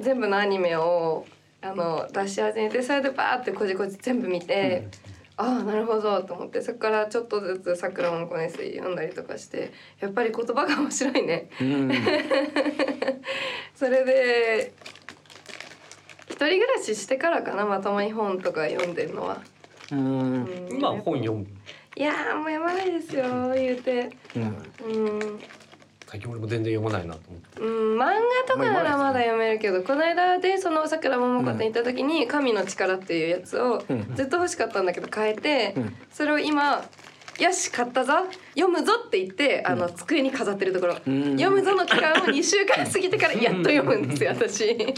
全部のアニメをあの出し始めてそれでバーってこじこじ全部見て、ああなるほどと思ってそこからちょっとずつ「さくらもこのエッセイ読んだりとかしてやっぱり言葉が面白いね。うんそれで一人暮らししてからかなまともに本とか読んでるのは。うんうん今本読むいやーもう読まないですよ言うて。うんうん最近俺も全然読まないなと思ってうん、漫画とかならまだ読めるけどこの間でそのさくらももこ店行った時に「神の力」っていうやつをうんずっと欲しかったんだけど買えてうんそれを今「よし買ったぞ読むぞ」って言ってあの机に飾ってるところうん読むぞの期間を2週間過ぎてからやっと読むんですよ私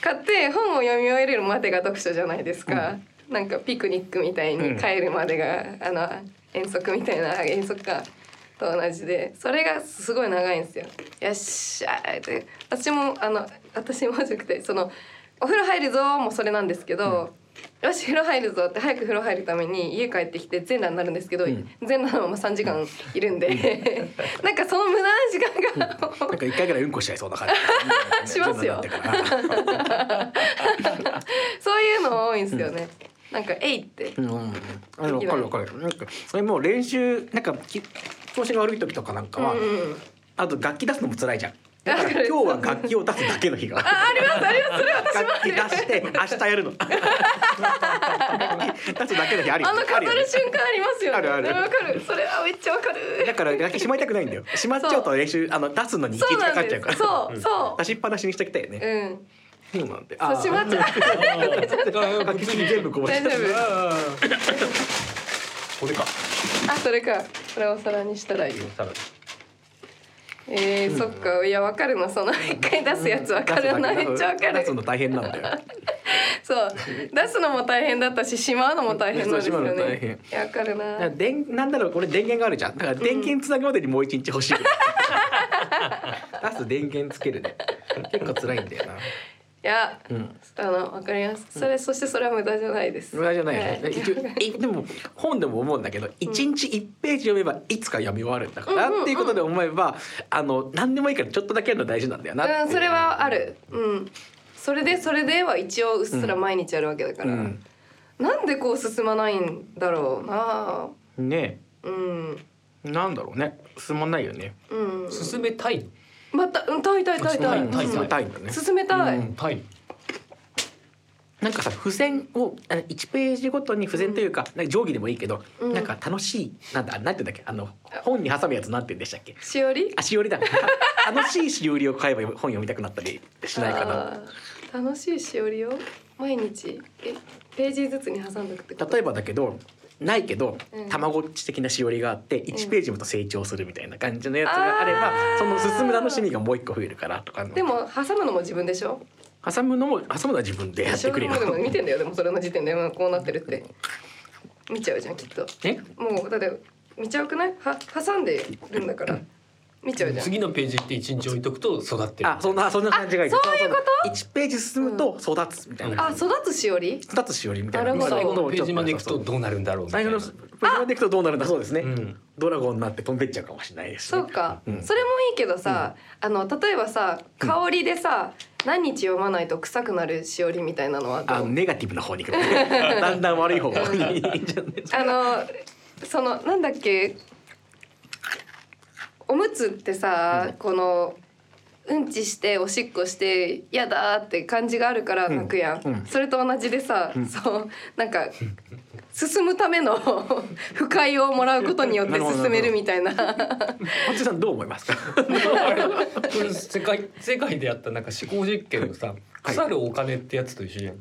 買って本を読み終えるまでが読書じゃないですか、なんかピクニックみたいに帰るまでが、あの遠足みたいな遠足かと同じでそれがすごい長いんですよよっしゃーって私もあの私もじゃなくてそのお風呂入るぞーもそれなんですけど、よし風呂入るぞって早く風呂入るために家帰ってきて全裸になるんですけど、うん全裸のまま3時間いるんでなんかその無駄な時間がなんか一回ぐらいうんこしちゃいそうな感じ しますよそんなのなってからそういうの多いんですよね。なんかえいってう。んうんうん、あでもわかるわかる。なんかそれもう練習なんかき調子が悪い時とかなんかうんうは、ん。あと楽器出すのも辛いじゃん。だからわかる今日は楽器を出すだけの日が。ありますありますそれ私も楽あ器る出。して明日やる の。出すだけの日あるよ。あのあよ飾ねる瞬間ありますよね。あるあるわかる。それはめっちゃわかる。だから楽器しまいたくないんだよ。しまっちゃうと練習あの出すのに一そう日かなかんっちゃうでから。す。そうそ出しっぱなしにしてきたよう。ね。うん。そうなんで。そうしまっちゃう。楽器全部こぼし大丈た。夫。これかあそれか。これをお皿にしたらいい。さらにえー、そっか。いやわかるな。その一回出すやつわかるな。めっちゃわか出する。の大変なんだよ。そう。出すのも大変だったし、しまうのも大変なんですよそうしまうの大ね変。いやわかるだからな。電なんだろうこれ電源があるじゃんだから電源つなぐまでにもう一日欲しい、出す電源つけるね結構辛いんだよないや。うんあのわかります。それ、そしてそれは無駄じゃないです。無駄じゃないよね、は 一応えでも本でも思うんだけど一日一ページ読めばいつか読み終わるんだから、っていうことで思えばあの何でもいいからちょっとだけやるの大事なんだよなっていううん、それはある。うん。それでそれでは一応うっすら毎日やるわけだから、うんなんでこう進まないんだろうな。ねうん。えなんだろうね進まないよねうん。進めたいまた、うん、たいたいたいたい。進めた進めたいいんだね進めたい。うんたいなんかさ付箋をあの1ページごとに付箋というか,、なんか定規でもいいけど、うんなんか楽しいなんだなんていうんだっけあの本に挟むやつなんていうんでしたっけしおり。あしおりだあ 楽しいしおりを買えば本読みたくなったりしないかなあー楽しいしおりを毎日、え、ページずつに挟んでくってこと。例えばだけどないけど、うんたまごっち的なしおりがあって1ページもと成長するみたいな感じのやつあーがあれば、その進む楽しみがもう一個増えるからとかのでも挟むのも自分でしょ。挟むのも挟むのは自分でやってくれよしおりもでも見てんだよ。でもそれの時点でもうこうなってるって見ちゃうじゃんきっと。 えもうだって見ちゃうくないは挟んでるんだから見ちゃうじゃん次のページ行って一日置いとくと育ってるあそんなそんな感じがいいあそういうことと1ページ進むと育つみたいなあ育つしおり育つしおりみたいなるなほど最後のページまで行くとどうなるんだろうみた最い後なのページまで行くとどうなるんだそうですね、うんドラゴンになって飛んでっちゃうかもしれないですねそうか、うんそれもいいけどさ、あの例えばさ香りでさ、何日読まないと臭くなるしおりみたいなのはどうあネガティブな方に行く だんだん悪い方向にいいんじゃないあのそのなんだっけおむつってさ、このうんちしておしっこして嫌だーって感じがあるからん泣くやん、うんそれと同じでさ、そうなんか進むための 不快をもらうことによって進めるみたいな松井さんどう思いますかあれこれ世界世界でやったなんか思考実験のさ腐るお金ってやつと一緒じゃん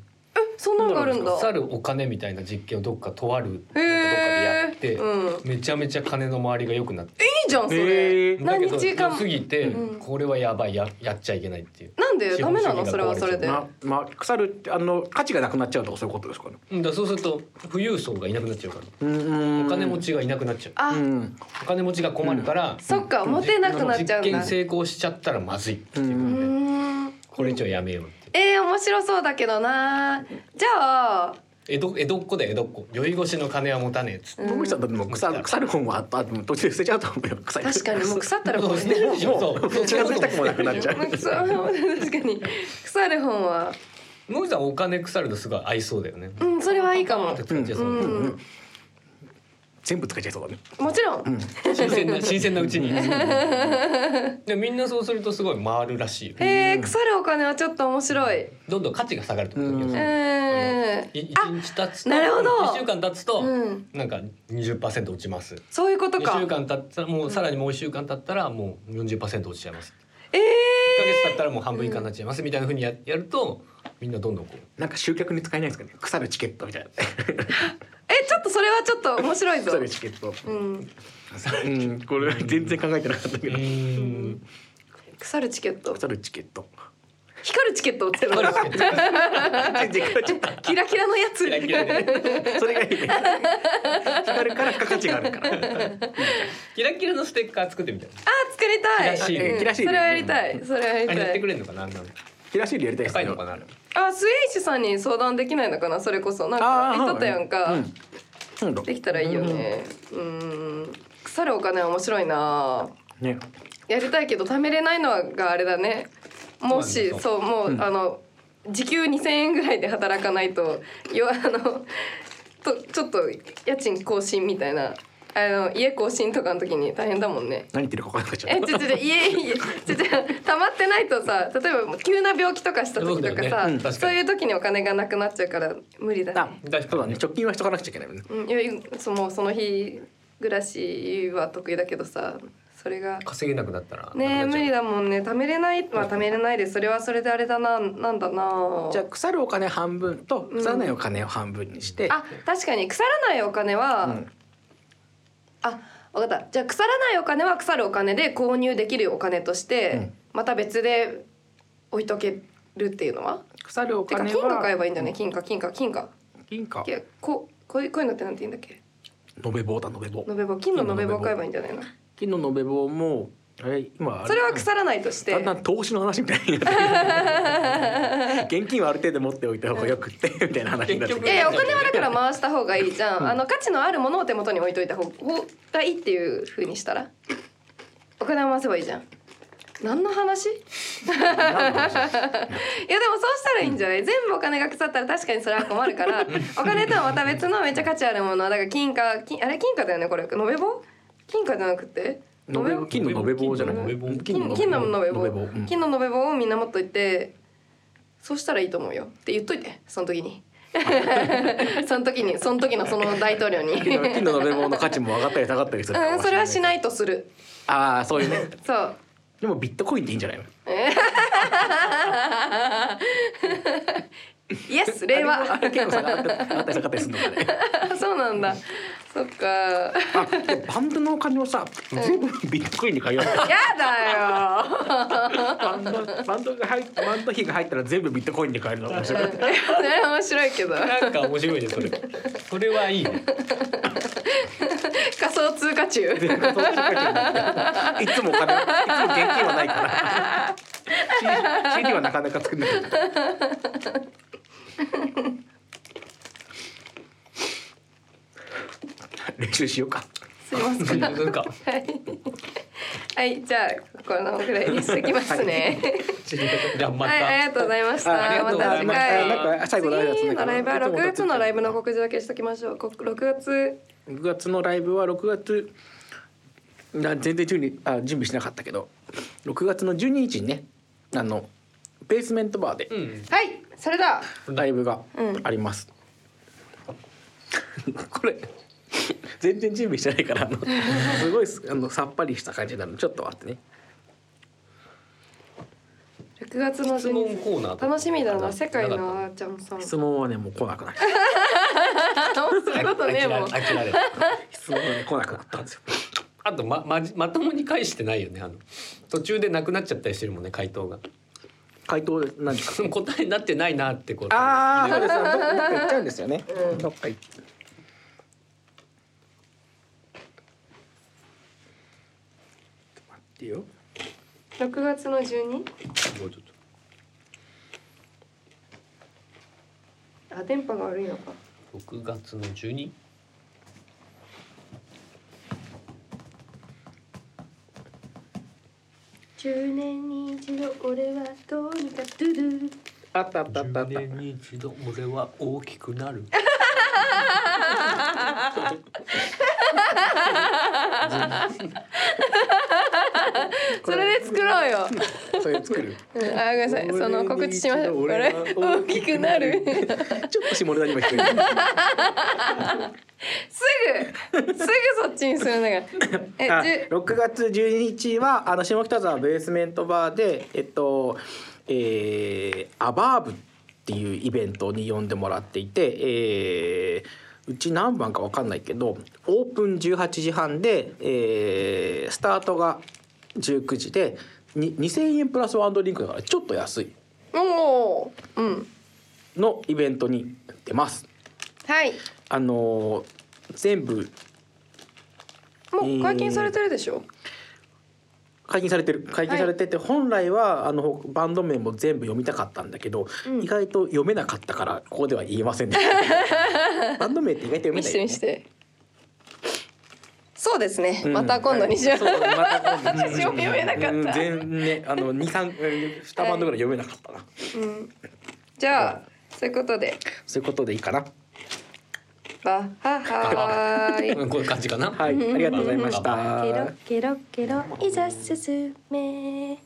そんなのがあるんだ腐るお金みたいな実験をどっかとあるへなんかどっかでやえって、うん、いめちゃめちゃ金の周りが良くなっていじゃんそれ、えー何だけ日ど間良すぎて、うんこれはやばいややっちゃいけないっていうなんでダメなの資それ本は主義それが壊れちゃうで、ままあ腐るってあの価値がなくなっちゃうとかそういうことですかねうんだからそうすると富裕層がいなくなっちゃうからうんお金持ちがいなくなっちゃうあ、うんお金持ちが困るから、そっか持てなくなっちゃうん実だ験成功しちゃったらまずいっていううので、ーんこれ以上やめようってえー、面白そうだけどなじゃあ江戸江戸っ子だよ江戸っ子酔い越しの金は持たねえっつってうん野口さんだってもう腐る腐る本はあったあと途中で捨てちゃうと思うよ腐る確かにもう腐ったらもこうれ捨てるでしょもうもうそう近づきたくもなくなっちゃうもう腐確かに腐る本は野口さんお金腐るのすごい合いそうだよね、うんそれはいいかもって使っちゃいそうう、ん全部使っちゃいそうだねもちろん、新 鮮な新鮮なうちにでみんなそうするとすごい回るらしいよえー、腐るお金はちょっと面白いどんどん価値が下がるってことだけどうんういん一日経つとなるほど一週間経つと、うんなんか20%落ちますそういうこと二か週間経ったらもうさらにもう一週間経ったらもう40%落ちちゃいますえ一ヶ月経ったらもう半分以下になっちゃいますみたいな風にややるとみんなどんどんこうなんか集客に使えないですかね腐るチケットみたいなー、えちょっとそれはちょっと面白いぞ腐るチケットうんうんこれ全然考えてなかったけどうん腐るチケット腐るチケット光るチケットってのあるんですけど全然考えちゃったキラキラのやつキラキラねそれがいいね腐るから価値があるからキラキラのステッカー作ってみたい なあ作りたい。キラシールうんキラシールそれはやりたい。それはやりあれやたってくい。れるのかなあんなのヒラシールやりたいです高ねいのかなあれあ、スエイシさんに相談できないのかな、それこそ、なんあーか、言っとったやんか。うんそうだできたらいいよね。うん、腐るお金は面白いな。ねやりたいけど、貯めれないのがあれだね。もし、そうなんだそう、もう、あの。時給2000円ぐらいで働かないと、よ、 あの。と、ちょっと家賃更新みたいな。あの、家更新とかの時に大変だもんね。何言ってるか分かんなくなっちゃえっちょちょちょ家家ちょちょ溜まってないとさ例えば急な病気とかした時とかそうだよさねうん確かにそういう時にお金がなくなっちゃうから無理だたあね。確そかうにだね直近はしとかなくちゃいけないもんねうん、いやそのその日暮らしは得意だけどさそれが稼げなくなったらねえなくなっちゃう無理だもんね貯めれないまあ貯めれないでそれはそれであれだななんだなじゃあ腐るお金半分と腐らないお金を半分にして、あ確かに腐らないお金は、うんあ分かったじゃあ腐らないお金は腐るお金で購入できるお金として、うんまた別で置いとけるっていうのは腐るおてか金は金貨買えばいいんだよね金貨金貨金貨金貨いやここういうこういうのってなんて言うんだっけ延べ棒だ延べ棒延べ棒金の延べ棒金の延べ棒買えばいいんじゃないの金の延べ棒もえ今あれそれは腐らないとしてだんだん投資の話みたいになって現金はある程度持っておいた方がよくってみたいな話になってい結局やいやお金はだから回した方がいいじゃんあの価値のあるものを手元に置いといた方がいいっていう風にしたらお金を回せばいいじゃん何の話いやでもそうしたらいいんじゃない全部お金が腐ったら確かにそれは困るからお金とはまた別のめっちゃ価値あるものだから金貨金あれ金貨だよねこれ延べ棒金貨じゃなくて延べ棒金の延べ棒じゃない延べ棒金金の延べ棒うん金の延べ棒をみんな持っといてそうしたらいいと思うよって言っといてその時に その時にその時のその大統領に金の金の延べ棒の価値も上がったり下がったりするからうんそれはしいないとするああそういうねそうでもビットコインでいいんじゃないのイエ ス令あ和れ結構下がった上がったり下がったりするのかねそうなんだそっかやあでバンドのお金をさ全部ビットコインに変えようだよバンドバンドが入っバンド費が入ったら全部ビットコインに変えるの面白いそれは面白いけどなんか面白いねそれ。それはいいね。仮想通貨中。でそっちからいつもお金いつも現金はないから C- CD はなかなか作んない練習しようかすいません。はなんかい。はい、じゃあこのぐらいにしときますね。じゃあまはい、ありがたとうございました。あありがまとうごたざい次ました回。なんか最後の挨拶次のライブはなん6か月のライブの告示だけしときましょう。こ6月6月のライブは6月な全然準備あ準備しなかったけど6月の12日にねあのベースメントバーでうんはい、それだ。ライブがあります、 これ全然準備してないからあのすごいすあのさっぱりした感じなのでちょっと待ってね6月の質問コーナーとか楽しみだなか世界なかっのあーちゃんさん。質問はねもう来なくなったあもうすることねえたもう飽きら飽きられた質問はね来なくなったんですよあとままじまともに返してないよねあの途中でなくなっちゃったりしてるもんね回答が回答で何か答えになってないなってことああそうですどっかどっか行っちゃうんですよ ね、どっか行っ待ってよ6月の12もうちょっとあ電波が悪いのか6月の12 10年に一度俺はどうにかドゥドゥあったあったあったあった10年に一度俺は大きくな るそれで作ろうよ、それ作るうん、あーごめんなさいその告知しましょう俺は大きくなる ちょっと下ネタにも聞こえるすぐすぐそっちにするんだからえあじゅ6月12日はあの下北沢ベースメントバーでえっとえーアバーブっていうイベントに呼んでもらっていて、えーうち何番か分かんないけどオープン18時半で、えースタートが19時でに2,000円プラスワンドリンクだからちょっと安いおおうんのイベントに出ます。はいあのー全部もう解禁されてるでしょ、解禁されてる解禁されてて、本来はあのバンド名も全部読みたかったんだけど、うん意外と読めなかったからここでは言えませんでした バンド名って意外と読め見ないよしてね見してそうですね、うんまた今度にしよう、はいそうまた今度私も読めなかったうん全ねあの二三二バンドぐらい読めなかったな、うん、じゃあそういうことでそういうことでいいかなバッハハーイこういう感じかなはいありがとうございましたケロケロケロいざ進め